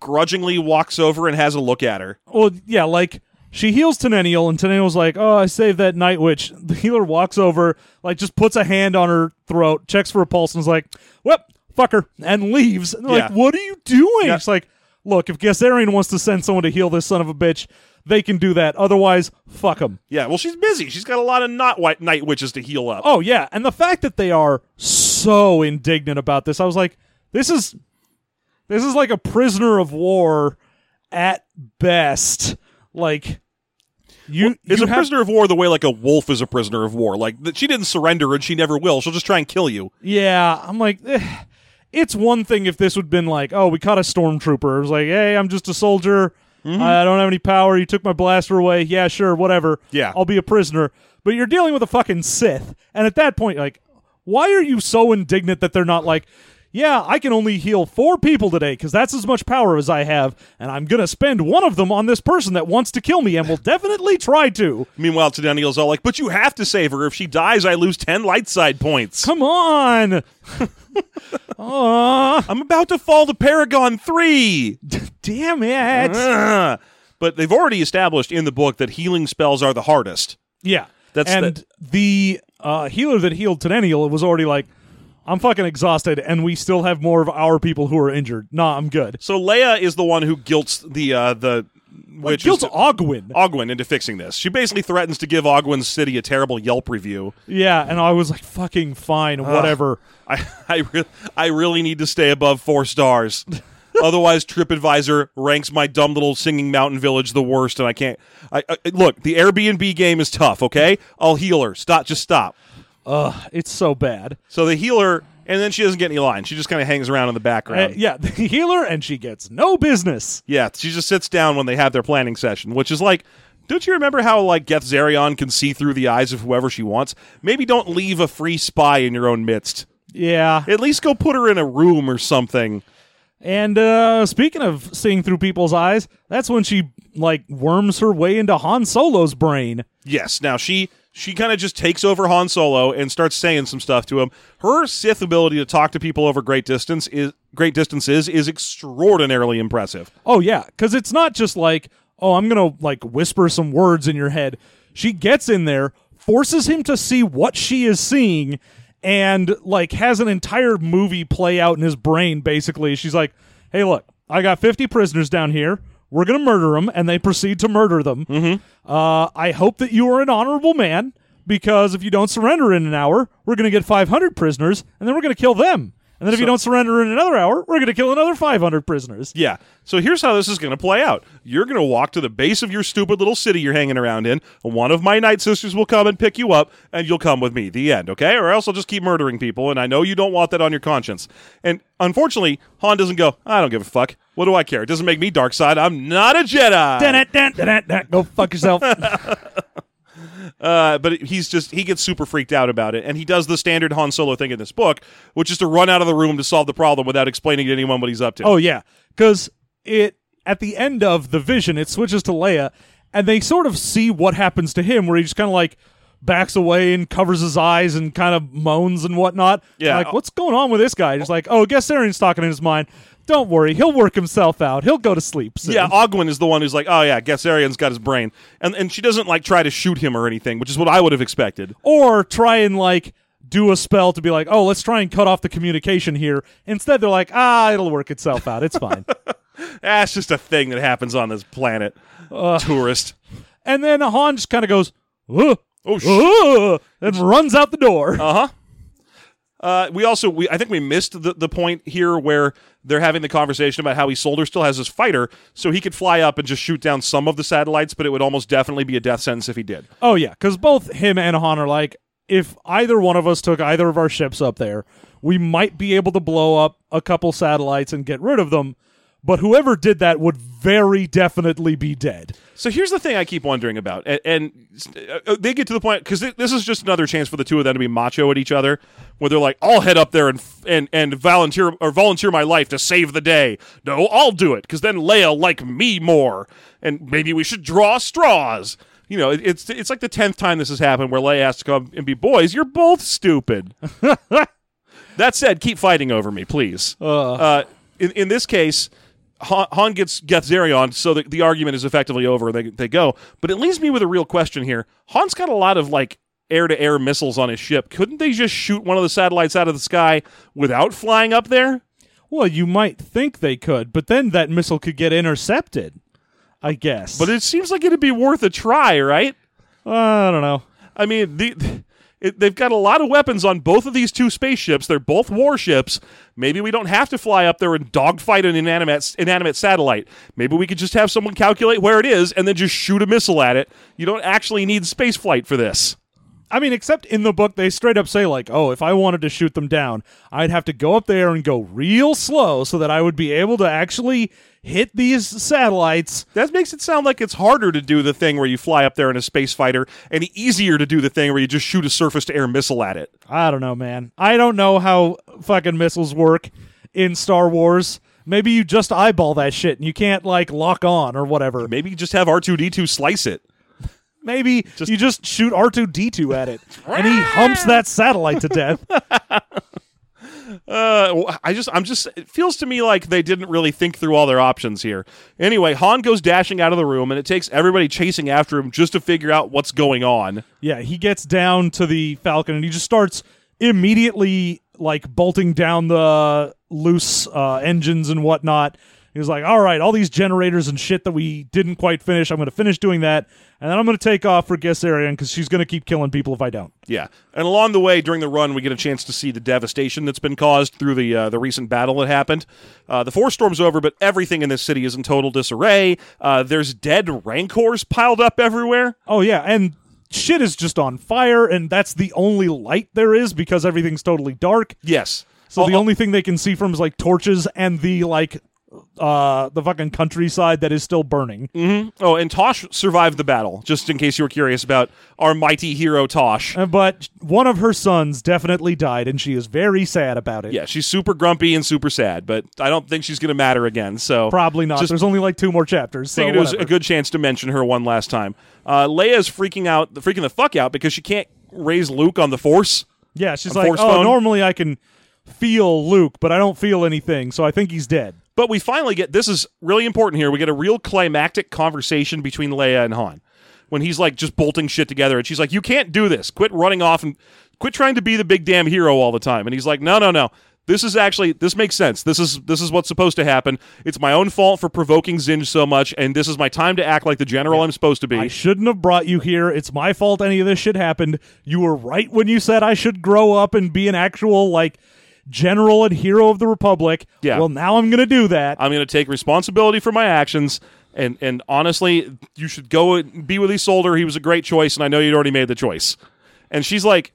[SPEAKER 3] grudgingly walks over and has a look at her.
[SPEAKER 2] Well, yeah, like she heals Tenennial and Tenennial's like, "Oh, I saved that night witch." *laughs* The healer walks over, like just puts a hand on her throat, checks for a pulse and is like, "Well, fucker," and leaves. And they're like,
[SPEAKER 3] Yeah.
[SPEAKER 2] "What are you doing?"
[SPEAKER 3] Yeah.
[SPEAKER 2] It's like, "Look, if Gessarion wants to send someone to heal this son of a bitch, they can do that. Otherwise, fuck him."
[SPEAKER 3] Yeah, well, she's busy. She's got a lot of not white night witches to heal up.
[SPEAKER 2] Oh yeah, and the fact that they are so indignant about this, I was like, this is this is like a prisoner of war at best. Like You,
[SPEAKER 3] is
[SPEAKER 2] you
[SPEAKER 3] a
[SPEAKER 2] have-
[SPEAKER 3] prisoner of war the way like a wolf is a prisoner of war? Like that she didn't surrender and she never will. She'll just try and kill you.
[SPEAKER 2] Yeah, I'm like, eh. it's one thing if this would been like, oh, we caught a stormtrooper. It was like, hey, I'm just a soldier. I don't have any power. You took my blaster away. Yeah, sure, whatever.
[SPEAKER 3] Yeah.
[SPEAKER 2] I'll be a prisoner. But you're dealing with a fucking Sith, and at that point, like, why are you so indignant that they're not like? Yeah, I can only heal four people today because that's as much power as I have, and I'm gonna spend one of them on this person that wants to kill me and will definitely try to.
[SPEAKER 3] Meanwhile, Tadaniel's all like, "But you have to save her. If she dies, I lose ten light side points.
[SPEAKER 2] Come on, *laughs*
[SPEAKER 3] I'm about to fall to Paragon three.
[SPEAKER 2] damn it!
[SPEAKER 3] Ugh. but they've already established in the book that healing spells are the hardest.
[SPEAKER 2] Yeah,
[SPEAKER 3] That's
[SPEAKER 2] and the, uh, healer that healed Tenennial was already like, I'm fucking exhausted, and we still have more of our people who are injured. Nah, I'm good.
[SPEAKER 3] So Leia is the one who guilts the uh, the witch
[SPEAKER 2] Guilt's
[SPEAKER 3] into-
[SPEAKER 2] Ogwin.
[SPEAKER 3] Ogwin into fixing this. She basically threatens to give Ogwin's city a terrible Yelp review.
[SPEAKER 2] yeah, and I was like, fucking fine, whatever.
[SPEAKER 3] *laughs* I I, re- I really need to stay above four stars. Otherwise, TripAdvisor ranks my dumb little singing mountain village the worst, and I can't. I, I look. The Airbnb game is tough. Okay, I'll heal her. Stop. Just stop.
[SPEAKER 2] It's so bad.
[SPEAKER 3] So they heal her, and then she doesn't get any line. She just kind of hangs around in the
[SPEAKER 2] Uh,
[SPEAKER 3] background.
[SPEAKER 2] yeah, *laughs* the healer, and she gets no business.
[SPEAKER 3] Yeah, she just sits down when they have their planning session, which is like, don't you remember how like Geth Zarion can see through the eyes of whoever she wants? Maybe don't leave a free spy in your own midst.
[SPEAKER 2] Yeah.
[SPEAKER 3] At least go put her in a room or something.
[SPEAKER 2] And uh, speaking of seeing through people's eyes, that's when she like worms her way into Han Solo's brain.
[SPEAKER 3] Yes. Now she she kind of just takes over Han Solo and starts saying some stuff to him. Her Sith ability to talk to people over great distance is great distances is extraordinarily impressive.
[SPEAKER 2] Oh yeah, because it's not just like, oh, I'm gonna like whisper some words in your head. She gets in there, forces him to see what she is seeing, and like has an entire movie play out in his brain. Basically, she's like, "Hey, look, I got 50 prisoners down here. We're gonna murder them," and they proceed to murder them. Mm-hmm. Uh, I hope that you are an honorable man because if you don't surrender in an hour, we're gonna get 500 prisoners, and then we're gonna kill them. And then if you don't surrender in another hour, we're gonna kill another 500 prisoners.
[SPEAKER 3] Yeah. So here's how this is going to play out. You're going to walk to the base of your stupid little city you're hanging around in. One of my night sisters will come and pick you up, and you'll come with me. The end, okay? Or else I'll just keep murdering people, and I know you don't want that on your conscience. And unfortunately, Han doesn't go, I don't give a fuck. What do I care? It doesn't make me dark side. I'm not a Jedi.
[SPEAKER 2] Dun-dun-dun-dun-dun. Go fuck
[SPEAKER 3] *laughs*
[SPEAKER 2] yourself.
[SPEAKER 3] Uh, but he's just he gets super freaked out about it, and he does the standard Han Solo thing in this book, which is to run out of the room to solve the problem without explaining to anyone what he's up to.
[SPEAKER 2] oh yeah, because it at the end of the vision, it switches to Leia, and they sort of see what happens to him, where he just kind of like backs away and covers his eyes and kind of moans and whatnot.
[SPEAKER 3] Yeah.
[SPEAKER 2] like what's going on with this guy? Just like, oh, Gessarian's talking in his mind. Don't worry, he'll work himself out. He'll go to sleep soon.
[SPEAKER 3] Yeah, Ogwin is the one who's like, oh yeah, Gessarian's got his brain, and and she doesn't like try to shoot him or anything, which is what I would have expected.
[SPEAKER 2] or try and like do a spell to be like, oh, let's try and cut off the communication here. Instead, they're like, ah, it'll work itself out. It's
[SPEAKER 3] *laughs*
[SPEAKER 2] fine.
[SPEAKER 3] That's Ah, it's just a thing that happens on this planet. Tourist.
[SPEAKER 2] And then Han just kind of goes, Ugh,
[SPEAKER 3] Oh, sh- Uh-huh.
[SPEAKER 2] Ugh, and runs out the
[SPEAKER 3] *laughs*
[SPEAKER 2] door.
[SPEAKER 3] Uh, we also we I think we missed the, the point here where they're having the conversation about how he Soldier still has his fighter, so he could fly up and just shoot down some of the satellites, but it would almost definitely be a death sentence if he did.
[SPEAKER 2] oh, yeah, because both him and Han are like, if either one of us took either of our ships up there, we might be able to blow up a couple satellites and get rid of them. But whoever did that would very definitely be dead.
[SPEAKER 3] So here's the thing I keep wondering about, and, and uh, they get to the point because this is just another chance for the two of them to be macho at each other, where they're like, "I'll head up there and f- and and volunteer or volunteer my life to save the day." No, I'll do it because then Leia like me more, and maybe we should draw straws. You know, it, it's it's like the tenth time this has happened where Leia has to come and be boys. You're both stupid. That said, keep fighting over me, please. Uh, in, in this case, Han, Han gets Gethzerion, so the, the argument is effectively over. They, they go. But it leaves me with a real question here. Han's got a lot of, like, air to air missiles on his ship. Couldn't they just shoot one of the satellites out of the sky without flying up there?
[SPEAKER 2] Well, you might think they could, but then that missile could get intercepted, I guess.
[SPEAKER 3] But it seems like it'd be worth a try, right?
[SPEAKER 2] I don't know.
[SPEAKER 3] I mean, the. *laughs* It, they've got a lot of weapons on both of these two spaceships. They're both warships. Maybe we don't have to fly up there and dogfight an inanimate inanimate satellite. Maybe we could just have someone calculate where it is and then just shoot a missile at it. You don't actually need space flight for this.
[SPEAKER 2] I mean, except in the book, they straight up say, like, oh, if I wanted to shoot them down, I'd have to go up there and go real slow so that I would be able to actually hit these satellites.
[SPEAKER 3] That makes it sound like it's harder to do the thing where you fly up there in a space fighter and easier to do the thing where you just shoot a surface to air missile at it.
[SPEAKER 2] I don't know, man. I don't know how fucking missiles work in Star Wars. Maybe you just eyeball that shit and you can't, like, lock on or whatever.
[SPEAKER 3] Maybe you just have R2D2 slice it.
[SPEAKER 2] Maybe you just shoot R2D2 at it and he humps that satellite to death.
[SPEAKER 3] Uh, I just, I'm just, it feels to me like they didn't really think through all their options here. Anyway, Han goes dashing out of the room, and it takes everybody chasing after him just to figure out what's going on.
[SPEAKER 2] Yeah, he gets down to the Falcon and he just starts immediately like bolting down the loose uh, engines and whatnot. He was like, "All right, all these generators and shit that we didn't quite finish, I'm going to finish doing that, and then I'm going to take off for Gessarion because she's going to keep killing people if I don't."
[SPEAKER 3] Yeah, and along the way during the run, we get a chance to see the devastation that's been caused through the uh, the recent battle that happened. Uh, the four storms over, but everything in this city is in total disarray. Uh, there's dead rancors piled up everywhere.
[SPEAKER 2] Oh yeah, and shit is just on fire, and that's the only light there is because everything's totally dark.
[SPEAKER 3] Yes,
[SPEAKER 2] So
[SPEAKER 3] Oh,
[SPEAKER 2] the
[SPEAKER 3] oh,
[SPEAKER 2] only thing they can see from is like torches and the like, uh, the fucking countryside that is still burning.
[SPEAKER 3] oh, and Tosh survived the battle. Just in case you were curious about our mighty hero Tosh.
[SPEAKER 2] Uh, But one of her sons definitely died, and she is very sad about it.
[SPEAKER 3] Yeah, she's super grumpy and super sad, but I don't think she's going to matter again. So
[SPEAKER 2] Probably not.
[SPEAKER 3] Just
[SPEAKER 2] There's only like two more chapters. So
[SPEAKER 3] figured it was
[SPEAKER 2] whatever.
[SPEAKER 3] a good chance to mention her one last time. Uh, Leia's freaking out, freaking the fuck out because she can't raise Luke on the Force.
[SPEAKER 2] yeah, she's
[SPEAKER 3] on
[SPEAKER 2] like, oh,
[SPEAKER 3] Force Phone."
[SPEAKER 2] normally I can feel Luke, but I don't feel anything, so I think he's dead.
[SPEAKER 3] But we finally get this is really important here. We get a real climactic conversation between Leia and Han when he's like just bolting shit together, and she's like, "You can't do this. Quit running off and quit trying to be the big damn hero all the time." And he's like, "No, no, no." This is actually this makes sense. This is this is what's supposed to happen. It's my own fault for provoking Zinj so much, and this is my time to act like the general I'm supposed to be.
[SPEAKER 2] I shouldn't have brought you here. It's my fault any of this shit happened. You were right when you said I should grow up and be an actual like general and hero of the republic.
[SPEAKER 3] Yeah.
[SPEAKER 2] Well, now I'm gonna do that.
[SPEAKER 3] I'm going to take responsibility for my actions. And and honestly, you should go and be with Lee Solder. He was a great choice, and I know you'd already made the choice. And she's like,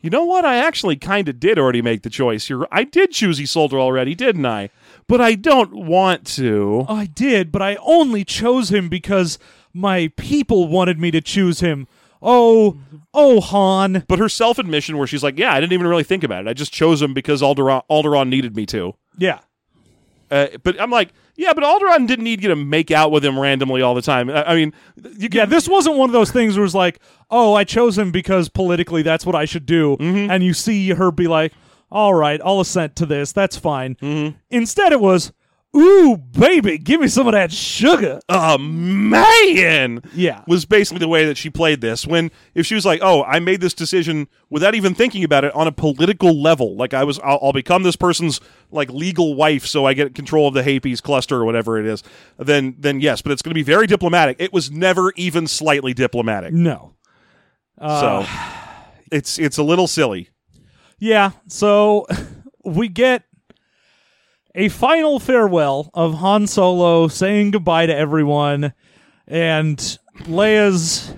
[SPEAKER 3] you know what? I actually kind of did already make the choice. You're, I did choose Isolde already, didn't I? But I don't want to.
[SPEAKER 2] I did, but I only chose him because my people wanted me to choose him. Oh, oh, Han.
[SPEAKER 3] But her self admission, where she's like, yeah, I didn't even really think about it. I just chose him because Alderon, Alderon needed me to.
[SPEAKER 2] Yeah.
[SPEAKER 3] Uh, but I'm like, yeah, but Alderon didn't need you to make out with him randomly all the time. I, I mean, you can,
[SPEAKER 2] Yeah, this wasn't one of those things where it's like, oh, I chose him because politically that's what I should do.
[SPEAKER 3] Mm-hmm.
[SPEAKER 2] And you see her be like, all right, I'll assent to this. That's fine.
[SPEAKER 3] Mm-hmm.
[SPEAKER 2] Instead, it was, ooh, baby, give me some of that sugar.
[SPEAKER 3] a man
[SPEAKER 2] Yeah.
[SPEAKER 3] was basically the way that she played this when if she was like oh i made this decision without even thinking about it on a political level like i was i'll, I'll become this person's like legal wife so i get control of the hapes cluster or whatever it is then then yes but it's going to be very diplomatic it was never even slightly diplomatic
[SPEAKER 2] No.
[SPEAKER 3] so it's it's a little silly
[SPEAKER 2] Yeah, so *laughs* we get a final farewell of Han Solo saying goodbye to everyone and Leia's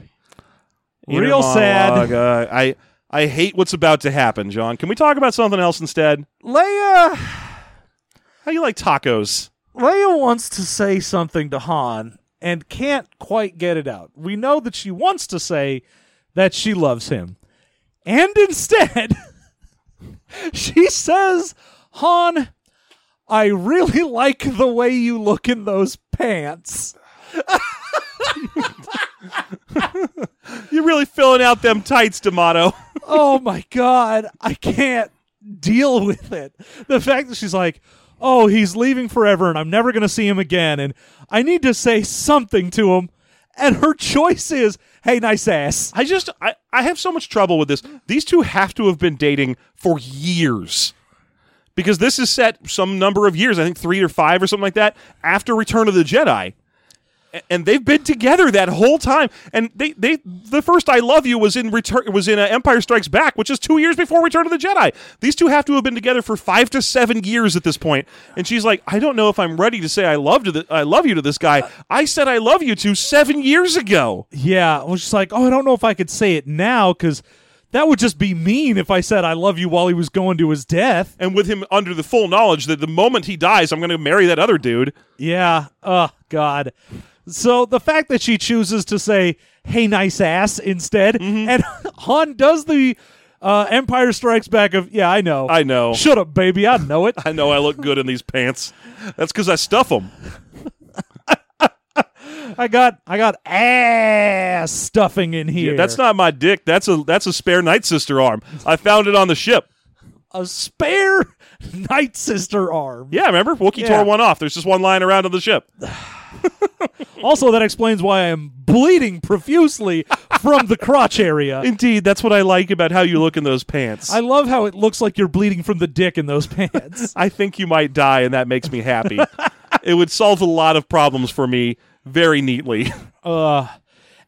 [SPEAKER 2] real
[SPEAKER 3] Inner
[SPEAKER 2] sad.
[SPEAKER 3] monologue, uh, i i hate what's about to happen john can we talk about something else instead
[SPEAKER 2] Leia
[SPEAKER 3] how you like tacos
[SPEAKER 2] Leia wants to say something to Han and can't quite get it out. We know that she wants to say that she loves him. And instead, *laughs* she says, Han, I really *laughs* like the way you look in those pants.
[SPEAKER 3] You're really filling out them tights, D'Amato. *laughs*
[SPEAKER 2] oh my god i can't deal with it the fact that she's like oh he's leaving forever and i'm never going to see him again and i need to say something to him and her choice is hey nice ass
[SPEAKER 3] I just, I, I have so much trouble with this. These two have to have been dating for years. Because this is set some number of years, I think three or five or something like that, after Return of the Jedi. A- And they've been together that whole time. And they, they the first "I love you" was in return was in uh, Empire Strikes Back, which is two years before Return of the Jedi. These two have to have been together for five to seven years at this point. And she's like, "I don't know if I'm ready to say I love to the, I love you to this guy. I said I love you to seven years ago."
[SPEAKER 2] Yeah, I was just like, oh, I don't know if I could say it now because that would just be mean if I said I love you while he was going to his death.
[SPEAKER 3] and with him under the full knowledge that the moment he dies, I'm going to marry that other dude.
[SPEAKER 2] Yeah. Oh God. So the fact that she chooses to say "Hey, nice ass" instead,
[SPEAKER 3] Mm-hmm.
[SPEAKER 2] and *laughs* Han does the uh, Empire Strikes Back of "Yeah, I know,
[SPEAKER 3] I know.
[SPEAKER 2] shut up, baby, I know
[SPEAKER 3] *laughs*
[SPEAKER 2] it."
[SPEAKER 3] I know I look good in these pants. That's because I stuff them.
[SPEAKER 2] I got, I got ass stuffing in here.
[SPEAKER 3] That's not my dick. That's a that's a spare night sister arm. I found it on the ship.
[SPEAKER 2] a spare *laughs* Night Sister arm.
[SPEAKER 3] Yeah, remember Wookie
[SPEAKER 2] Yeah.
[SPEAKER 3] tore one off. There's just one lying around on the ship.
[SPEAKER 2] Also, that explains why I am bleeding
[SPEAKER 3] *laughs*
[SPEAKER 2] profusely from the crotch area.
[SPEAKER 3] Indeed, that's what I like about how you look in those pants.
[SPEAKER 2] I love how it looks like you're bleeding from the dick in those pants.
[SPEAKER 3] I think you might die, and that makes me happy. it would solve a lot of problems for me very neatly. *laughs*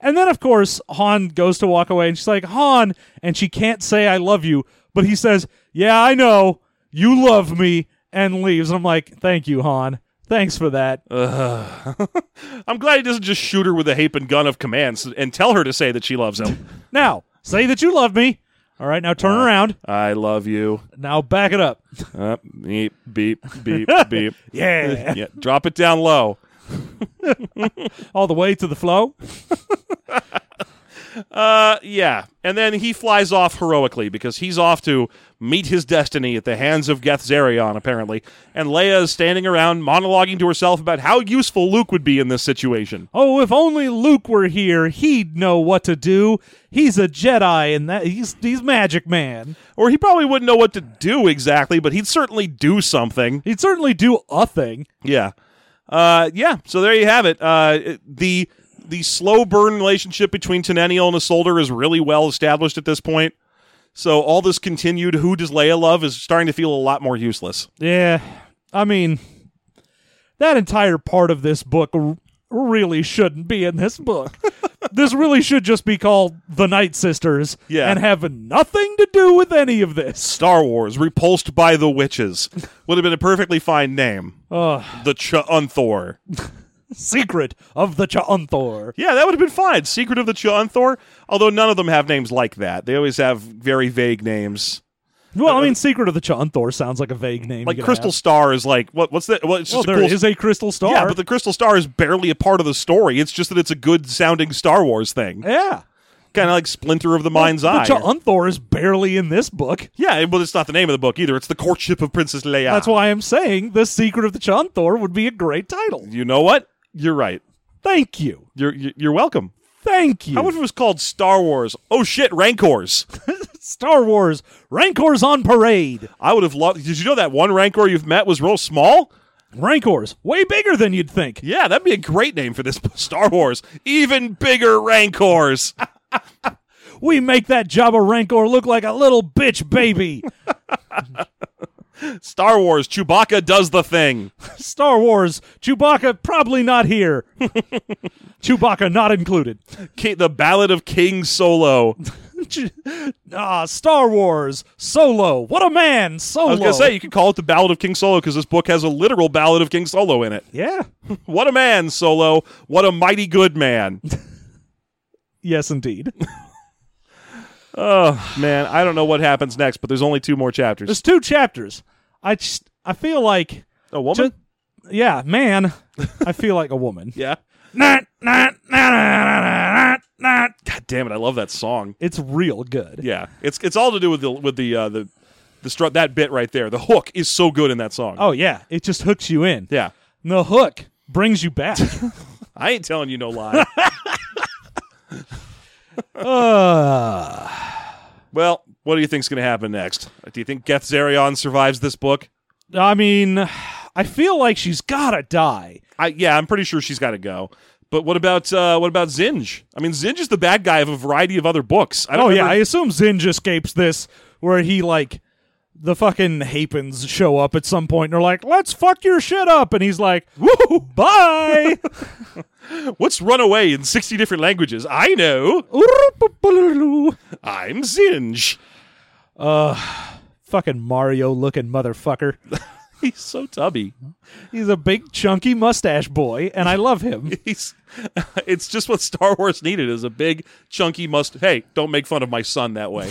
[SPEAKER 2] And then, of course, Han goes to walk away, and she's like, Han, and she can't say, I love you, but he says, Yeah, I know, you love me, and leaves. And I'm like, Thank you, Han. Thanks for that.
[SPEAKER 3] I'm glad he doesn't just shoot her with a hapen gun of commands and tell her to say that she loves him.
[SPEAKER 2] now, say that you love me. All right, now turn around.
[SPEAKER 3] I love you.
[SPEAKER 2] Now back it up.
[SPEAKER 3] Uh, beep, beep, beep, *laughs* beep.
[SPEAKER 2] Yeah.
[SPEAKER 3] Yeah, drop it down low.
[SPEAKER 2] All the way to the flow.
[SPEAKER 3] Uh, yeah. And then he flies off heroically because he's off to meet his destiny at the hands of Geth Zarion, apparently. And Leia is standing around monologuing to herself about how useful Luke would be in this situation.
[SPEAKER 2] Oh, if only Luke were here, he'd know what to do. He's a Jedi, and that he's he's magic man.
[SPEAKER 3] Or he probably wouldn't know what to do exactly, but he'd certainly do something.
[SPEAKER 2] He'd certainly do a thing.
[SPEAKER 3] Yeah. Uh, yeah. So there you have it. Uh, it- the the slow burn relationship between Tenennial and Isolde is really well established at this point. So all this continued who does Leia love is starting to feel a lot more useless.
[SPEAKER 2] Yeah, I mean, that entire part of this book r- really shouldn't be in this
[SPEAKER 3] *laughs*
[SPEAKER 2] book. this really should just be called The Night Sisters
[SPEAKER 3] Yeah.
[SPEAKER 2] and have nothing to do with any of this.
[SPEAKER 3] Star Wars repulsed by the witches would have been a perfectly fine name.
[SPEAKER 2] Ugh.
[SPEAKER 3] The Chunthor.
[SPEAKER 2] Uh, Secret of the Cha'anthor.
[SPEAKER 3] Yeah, that would have been fine. Secret of the Chunthor. Although none of them have names like that. They always have very vague names.
[SPEAKER 2] Well, I mean, Secret of the Cha'anthor sounds like a vague name.
[SPEAKER 3] Like
[SPEAKER 2] you could
[SPEAKER 3] Crystal
[SPEAKER 2] have.
[SPEAKER 3] Star is like what? What's that? Well, it's
[SPEAKER 2] Well,
[SPEAKER 3] just a
[SPEAKER 2] there
[SPEAKER 3] cool
[SPEAKER 2] is a crystal star.
[SPEAKER 3] Yeah, but the Crystal Star is barely a part of the story. It's just that it's a good sounding Star Wars thing.
[SPEAKER 2] yeah.
[SPEAKER 3] Kind of like Splinter of the Mind's
[SPEAKER 2] Eh.
[SPEAKER 3] Eye.
[SPEAKER 2] The Cha'anthor is barely in this book.
[SPEAKER 3] yeah, well, it's not the name of the book either. It's The Courtship of Princess Leia.
[SPEAKER 2] That's why I'm saying The Secret of the Cha'anthor would be a great title.
[SPEAKER 3] You know what? You're right.
[SPEAKER 2] Thank you.
[SPEAKER 3] You're you're you're welcome.
[SPEAKER 2] Thank you.
[SPEAKER 3] How about if it was called Star Wars? Oh shit, Rancors.
[SPEAKER 2] Star Wars Rancors on Parade.
[SPEAKER 3] I would have loved. Did you know that one Rancor you've met was real small?
[SPEAKER 2] Rancors, way bigger than you'd think.
[SPEAKER 3] Yeah, that'd be a great name for this *laughs* Star Wars. Even bigger Rancors. *laughs*
[SPEAKER 2] We make that Jabba Rancor look like a little bitch baby. *laughs*
[SPEAKER 3] Star Wars. Chewbacca does the thing.
[SPEAKER 2] Star Wars Chewbacca probably not here. *laughs* Chewbacca not included. *laughs*
[SPEAKER 3] Ki- The Ballad of King Solo.
[SPEAKER 2] Ch- ah, Star Wars Solo. What a man, Solo.
[SPEAKER 3] I was gonna say you could call it the Ballad of King Solo because this book has a literal Ballad of King Solo in it.
[SPEAKER 2] yeah. *laughs*
[SPEAKER 3] What a man, Solo! What a mighty
[SPEAKER 2] *laughs*
[SPEAKER 3] good man.
[SPEAKER 2] Yes, indeed.
[SPEAKER 3] oh man, I don't know what happens next, but there's only two more chapters.
[SPEAKER 2] There's two chapters. I just, I feel like,
[SPEAKER 3] A woman?
[SPEAKER 2] yeah, man. I feel like a woman.
[SPEAKER 3] yeah.
[SPEAKER 2] Nah, nah, nah, nah, nah, nah, nah.
[SPEAKER 3] God damn it, I love that song.
[SPEAKER 2] It's real good.
[SPEAKER 3] *laughs* Yeah, it's it's all to do with the with the uh, the the stru- that bit right there. The hook is so good in that song.
[SPEAKER 2] Oh yeah, it just hooks you in.
[SPEAKER 3] yeah.
[SPEAKER 2] And the hook brings you *laughs* back.
[SPEAKER 3] I ain't telling you
[SPEAKER 2] *laughs*
[SPEAKER 3] no lie.
[SPEAKER 2] uh,
[SPEAKER 3] well, what do you think's gonna happen next? Do you think Geth Zarion survives this book?
[SPEAKER 2] I mean, I feel like she's gotta die.
[SPEAKER 3] I yeah, I'm pretty sure she's got to go. But what about uh, what about Zinj? I mean, Zinj is the bad guy of a variety of other books. I don't
[SPEAKER 2] Oh yeah, I
[SPEAKER 3] remember-
[SPEAKER 2] assume Zinj escapes this, where he like the fucking Hapens show up at some point and they're like, let's fuck your shit up. And he's like, woo, bye.
[SPEAKER 3] What's runaway in 60 different languages? I know. I'm Zinge.
[SPEAKER 2] *laughs* fucking Mario looking motherfucker.
[SPEAKER 3] *laughs* He's so tubby.
[SPEAKER 2] He's a big, chunky mustache boy, and I love him.
[SPEAKER 3] He's, *laughs* it's just what Star Wars needed is a big, chunky must. Hey, don't make fun of my son
[SPEAKER 2] *laughs*
[SPEAKER 3] that way.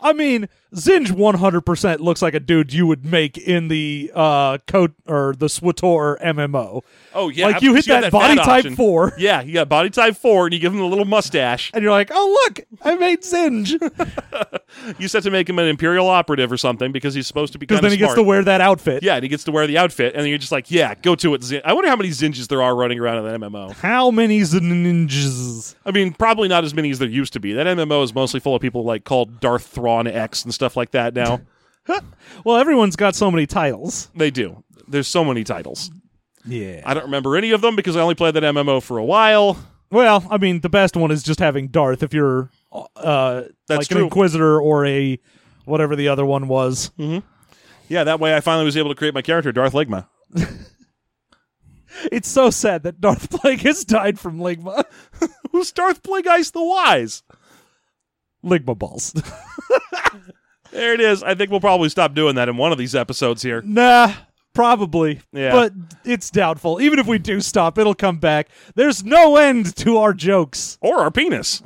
[SPEAKER 2] I mean, Zinj 100% looks like a dude you would make in the uh code or the SWTOR MMO.
[SPEAKER 3] Oh yeah,
[SPEAKER 2] Like, you hit
[SPEAKER 3] got
[SPEAKER 2] that body
[SPEAKER 3] fat
[SPEAKER 2] type
[SPEAKER 3] option.
[SPEAKER 2] four.
[SPEAKER 3] Yeah, you got body type four, and you give him the little mustache.
[SPEAKER 2] And you're like, oh, look, I made
[SPEAKER 3] *laughs*
[SPEAKER 2] Zinj. Because
[SPEAKER 3] You set to make him an imperial operative or something because he's supposed to be. Because
[SPEAKER 2] then he gets to wear that outfit.
[SPEAKER 3] Yeah, and he gets to wear the outfit, and then you're just like, yeah, go to it. Zin- I wonder how many Zinges there are running around in that MMO.
[SPEAKER 2] How many Zinjs?
[SPEAKER 3] I mean, probably not as many as there used to be. That MMO is mostly full of people like called Darth Thrawn X and stuff like that. *laughs* Now
[SPEAKER 2] Well, everyone's got so many titles.
[SPEAKER 3] they do. There's so many titles.
[SPEAKER 2] Yeah.
[SPEAKER 3] I don't remember any of them because I only played that MMO for a while.
[SPEAKER 2] Well, I mean, the best one is just having Darth if you're uh,
[SPEAKER 3] That's
[SPEAKER 2] like
[SPEAKER 3] true.
[SPEAKER 2] an Inquisitor or a whatever the other one was.
[SPEAKER 3] Hmm. Yeah, that way I finally was able to create my character, Darth Ligma. *laughs*
[SPEAKER 2] It's so sad that Darth *laughs* Plague has died from Ligma.
[SPEAKER 3] Who's Darth Plague Ice the Wise?
[SPEAKER 2] Ligma
[SPEAKER 3] *laughs*
[SPEAKER 2] balls.
[SPEAKER 3] There it is. I think we'll probably stop doing that in one of these episodes here.
[SPEAKER 2] nah, probably.
[SPEAKER 3] Yeah.
[SPEAKER 2] But it's doubtful. Even if we do stop, it'll come back. There's no end to our jokes.
[SPEAKER 3] Or our *laughs* penis.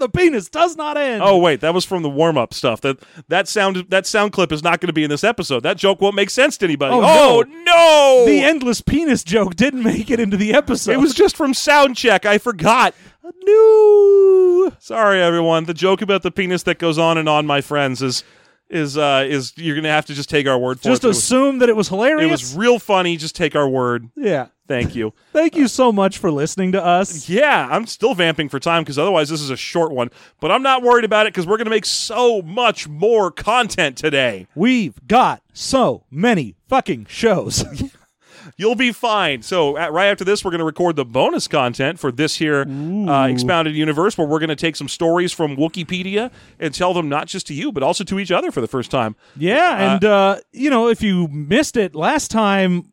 [SPEAKER 2] The penis does not end.
[SPEAKER 3] Oh wait, that was from the warm up stuff. That that sound that sound clip is not going to be in this episode. That joke won't make sense to anybody.
[SPEAKER 2] Oh,
[SPEAKER 3] Oh, no!
[SPEAKER 2] The endless penis joke didn't make it into the episode.
[SPEAKER 3] It was just from sound check. I forgot.
[SPEAKER 2] new.
[SPEAKER 3] Sorry, everyone. The joke about the penis that goes on and on, my friends, is is uh is you're going to have to just take our word for
[SPEAKER 2] Just
[SPEAKER 3] it.
[SPEAKER 2] assume that it was
[SPEAKER 3] it
[SPEAKER 2] hilarious.
[SPEAKER 3] was, it was real funny. Just take our word.
[SPEAKER 2] yeah.
[SPEAKER 3] Thank you.
[SPEAKER 2] Thank you so much for listening to us.
[SPEAKER 3] Yeah, I'm still vamping for time because otherwise this is a short one. But I'm not worried about it because we're going to make so much more content today.
[SPEAKER 2] We've got so many fucking shows. *laughs*
[SPEAKER 3] You'll be fine. So at, right after this, we're going to record the bonus content for this here uh, expounded universe, where we're going to take some stories from Wikipedia and tell them not just to you, but also to each other for the first time.
[SPEAKER 2] yeah, and uh, you know, if you missed it last time,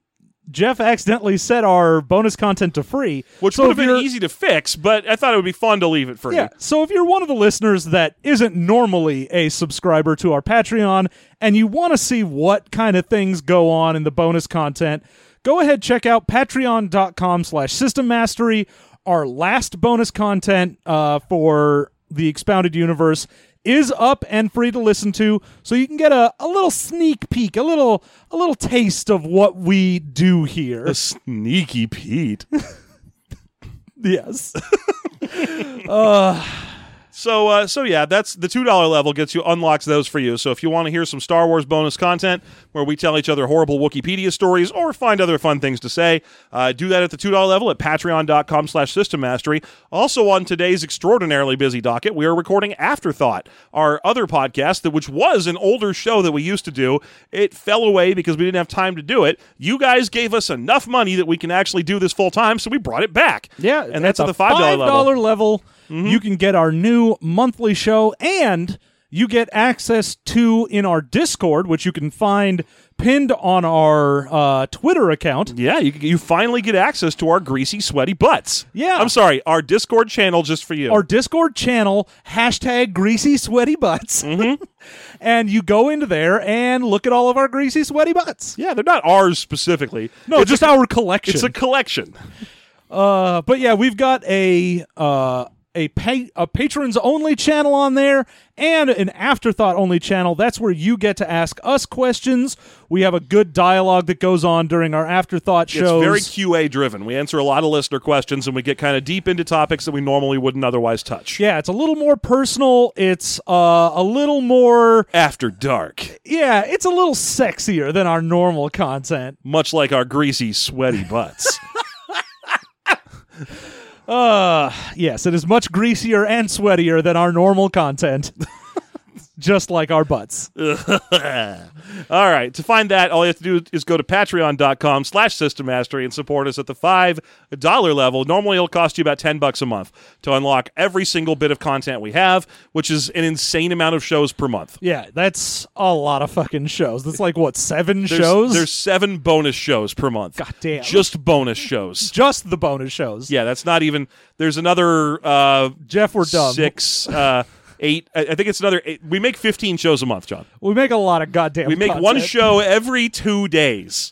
[SPEAKER 2] Jeff accidentally set our bonus content to free,
[SPEAKER 3] Which
[SPEAKER 2] so
[SPEAKER 3] would have
[SPEAKER 2] if
[SPEAKER 3] been
[SPEAKER 2] you're-
[SPEAKER 3] easy to fix, but I thought it would be fun to leave it free.
[SPEAKER 2] Yeah. So if you're one of the listeners that isn't normally a subscriber to our Patreon and you want to see what kind of things go on in the bonus content, go ahead check out patreon.com slash system mastery. Our last bonus content uh, for the expounded universe is up and free to listen to so you can get a, a little sneak peek a little a little taste of what we do here
[SPEAKER 3] A sneaky Pete.
[SPEAKER 2] *laughs* yes
[SPEAKER 3] So, uh, so yeah, that's the two dollar level gets you unlocks those for you. So, if you want to hear some Star Wars bonus content where we tell each other horrible Wikipedia stories or find other fun things to say, uh, do that at the two dollar level at Patreon.com/slash System Mastery. Also, on today's extraordinarily busy docket, we are recording Afterthought, our other podcast that which was an older show that we used to do. It fell away because we didn't have time to do it. You guys gave us enough money that we can actually do this full time, so we brought it back.
[SPEAKER 2] Yeah,
[SPEAKER 3] and that's at the five dollar
[SPEAKER 2] $5
[SPEAKER 3] level. Mm-hmm.
[SPEAKER 2] level, you can get our new monthly show and you get access to in our Discord, which you can find pinned on our uh, Twitter account.
[SPEAKER 3] Yeah, you, you finally get access to our greasy, sweaty butts.
[SPEAKER 2] Yeah.
[SPEAKER 3] I'm sorry, our Discord channel just for you.
[SPEAKER 2] Our Discord channel, hashtag greasy sweaty butts.
[SPEAKER 3] Mm-hmm.
[SPEAKER 2] *laughs* and you go into there and look at all of our greasy sweaty butts.
[SPEAKER 3] yeah, they're not ours specifically.
[SPEAKER 2] No,
[SPEAKER 3] it's
[SPEAKER 2] just
[SPEAKER 3] a,
[SPEAKER 2] our collection.
[SPEAKER 3] it's a collection.
[SPEAKER 2] Uh, but yeah, we've got a uh, a pay, a patrons only channel on there and an afterthought only channel. That's where you get to ask us questions. We have a good dialogue that goes on during our afterthought shows.
[SPEAKER 3] It's very QA driven. We answer a lot of listener questions and we get kind of deep into topics that we normally wouldn't otherwise touch.
[SPEAKER 2] yeah, it's a little more personal. It's uh, a little more
[SPEAKER 3] After dark,
[SPEAKER 2] yeah, it's a little sexier than our normal content.
[SPEAKER 3] much like our greasy, sweaty butts.
[SPEAKER 2] Uh, yes, it is much greasier and sweatier than our normal content. *laughs* just like our butts.
[SPEAKER 3] *laughs* all right. To find that, all you have to do is go to patreon.com slash system mastery and support us at the $5 level. Normally, it'll cost you about 10 bucks a month to unlock every single bit of content we have, which is an insane amount of shows per month.
[SPEAKER 2] Yeah, that's a lot of fucking shows. That's like what seven
[SPEAKER 3] There's,
[SPEAKER 2] shows?
[SPEAKER 3] There's seven bonus shows per month.
[SPEAKER 2] God damn.
[SPEAKER 3] Just bonus shows.
[SPEAKER 2] just the bonus shows.
[SPEAKER 3] Yeah, that's not even. There's another uh,
[SPEAKER 2] Jeff, we're done.
[SPEAKER 3] six, uh, eight. I, I think it's another eight. We make 15 shows a month, John.
[SPEAKER 2] We make a lot of goddamn.
[SPEAKER 3] We make one
[SPEAKER 2] content.
[SPEAKER 3] show every two days.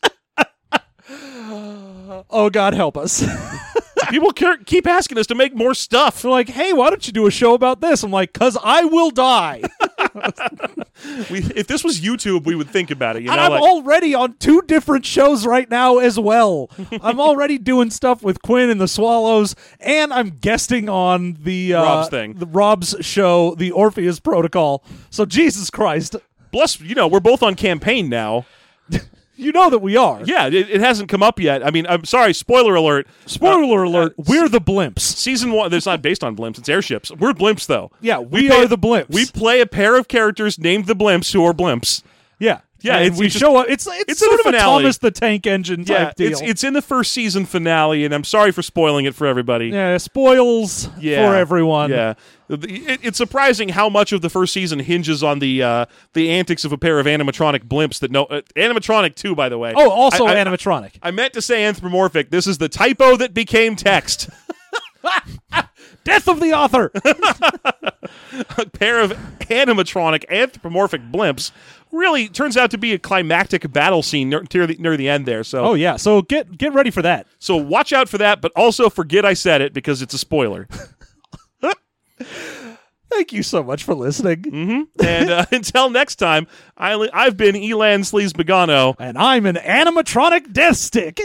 [SPEAKER 2] Oh God, help us! *laughs* They're
[SPEAKER 3] People care, keep asking us to make more stuff.
[SPEAKER 2] like, hey, why don't you do a show about this? I'm like, cause I will
[SPEAKER 3] *laughs*
[SPEAKER 2] die,
[SPEAKER 3] We, if this was YouTube, we would think about it. You know,
[SPEAKER 2] and I'm
[SPEAKER 3] like,
[SPEAKER 2] already on two different shows right now as
[SPEAKER 3] *laughs*
[SPEAKER 2] well. I'm already doing stuff with Quinn and the Swallows, and I'm guesting on the uh,
[SPEAKER 3] Rob's thing.
[SPEAKER 2] the Rob's show, the Orpheus Protocol. So Jesus Christ,
[SPEAKER 3] bless you know, we're both on campaign now.
[SPEAKER 2] you know that we are.
[SPEAKER 3] Yeah, it, it hasn't come up yet. I mean, I'm sorry. Spoiler alert.
[SPEAKER 2] Spoiler
[SPEAKER 3] Uh, uh,
[SPEAKER 2] alert: We're the blimps.
[SPEAKER 3] Season one. It's not based on blimps. It's airships. We're blimps though.
[SPEAKER 2] Yeah, we,
[SPEAKER 3] play-
[SPEAKER 2] are the blimps.
[SPEAKER 3] We play a pair of characters named the blimps who are blimps.
[SPEAKER 2] yeah,
[SPEAKER 3] Yeah,
[SPEAKER 2] And
[SPEAKER 3] it's-
[SPEAKER 2] we
[SPEAKER 3] it's just-
[SPEAKER 2] show up. It's it's,
[SPEAKER 3] it's in
[SPEAKER 2] sort
[SPEAKER 3] the
[SPEAKER 2] of a
[SPEAKER 3] finale.
[SPEAKER 2] Thomas the Tank Engine type
[SPEAKER 3] Yeah,
[SPEAKER 2] deal.
[SPEAKER 3] it's it's in the first season finale, and I'm sorry for spoiling it for everybody.
[SPEAKER 2] yeah, spoils
[SPEAKER 3] Yeah.
[SPEAKER 2] for everyone.
[SPEAKER 3] Yeah, The- it, it's surprising how much of the first season hinges on the uh, the antics of a pair of animatronic blimps that no uh, animatronic too. By the way,
[SPEAKER 2] Oh, also
[SPEAKER 3] I, I-
[SPEAKER 2] animatronic.
[SPEAKER 3] I meant to say anthropomorphic. This is the typo that became text. *laughs*
[SPEAKER 2] Death of the author.
[SPEAKER 3] a pair of animatronic anthropomorphic blimps really turns out to be a climactic battle scene near, near, the, near the end there. So,
[SPEAKER 2] oh yeah, so get get ready for that.
[SPEAKER 3] so watch out for that, but also forget I said it because it's
[SPEAKER 2] *laughs*
[SPEAKER 3] a spoiler.
[SPEAKER 2] Thank you so much for listening.
[SPEAKER 3] and uh, *laughs* until next time, I, I've been Elan Sleaze Magano.
[SPEAKER 2] And I'm an animatronic death stick.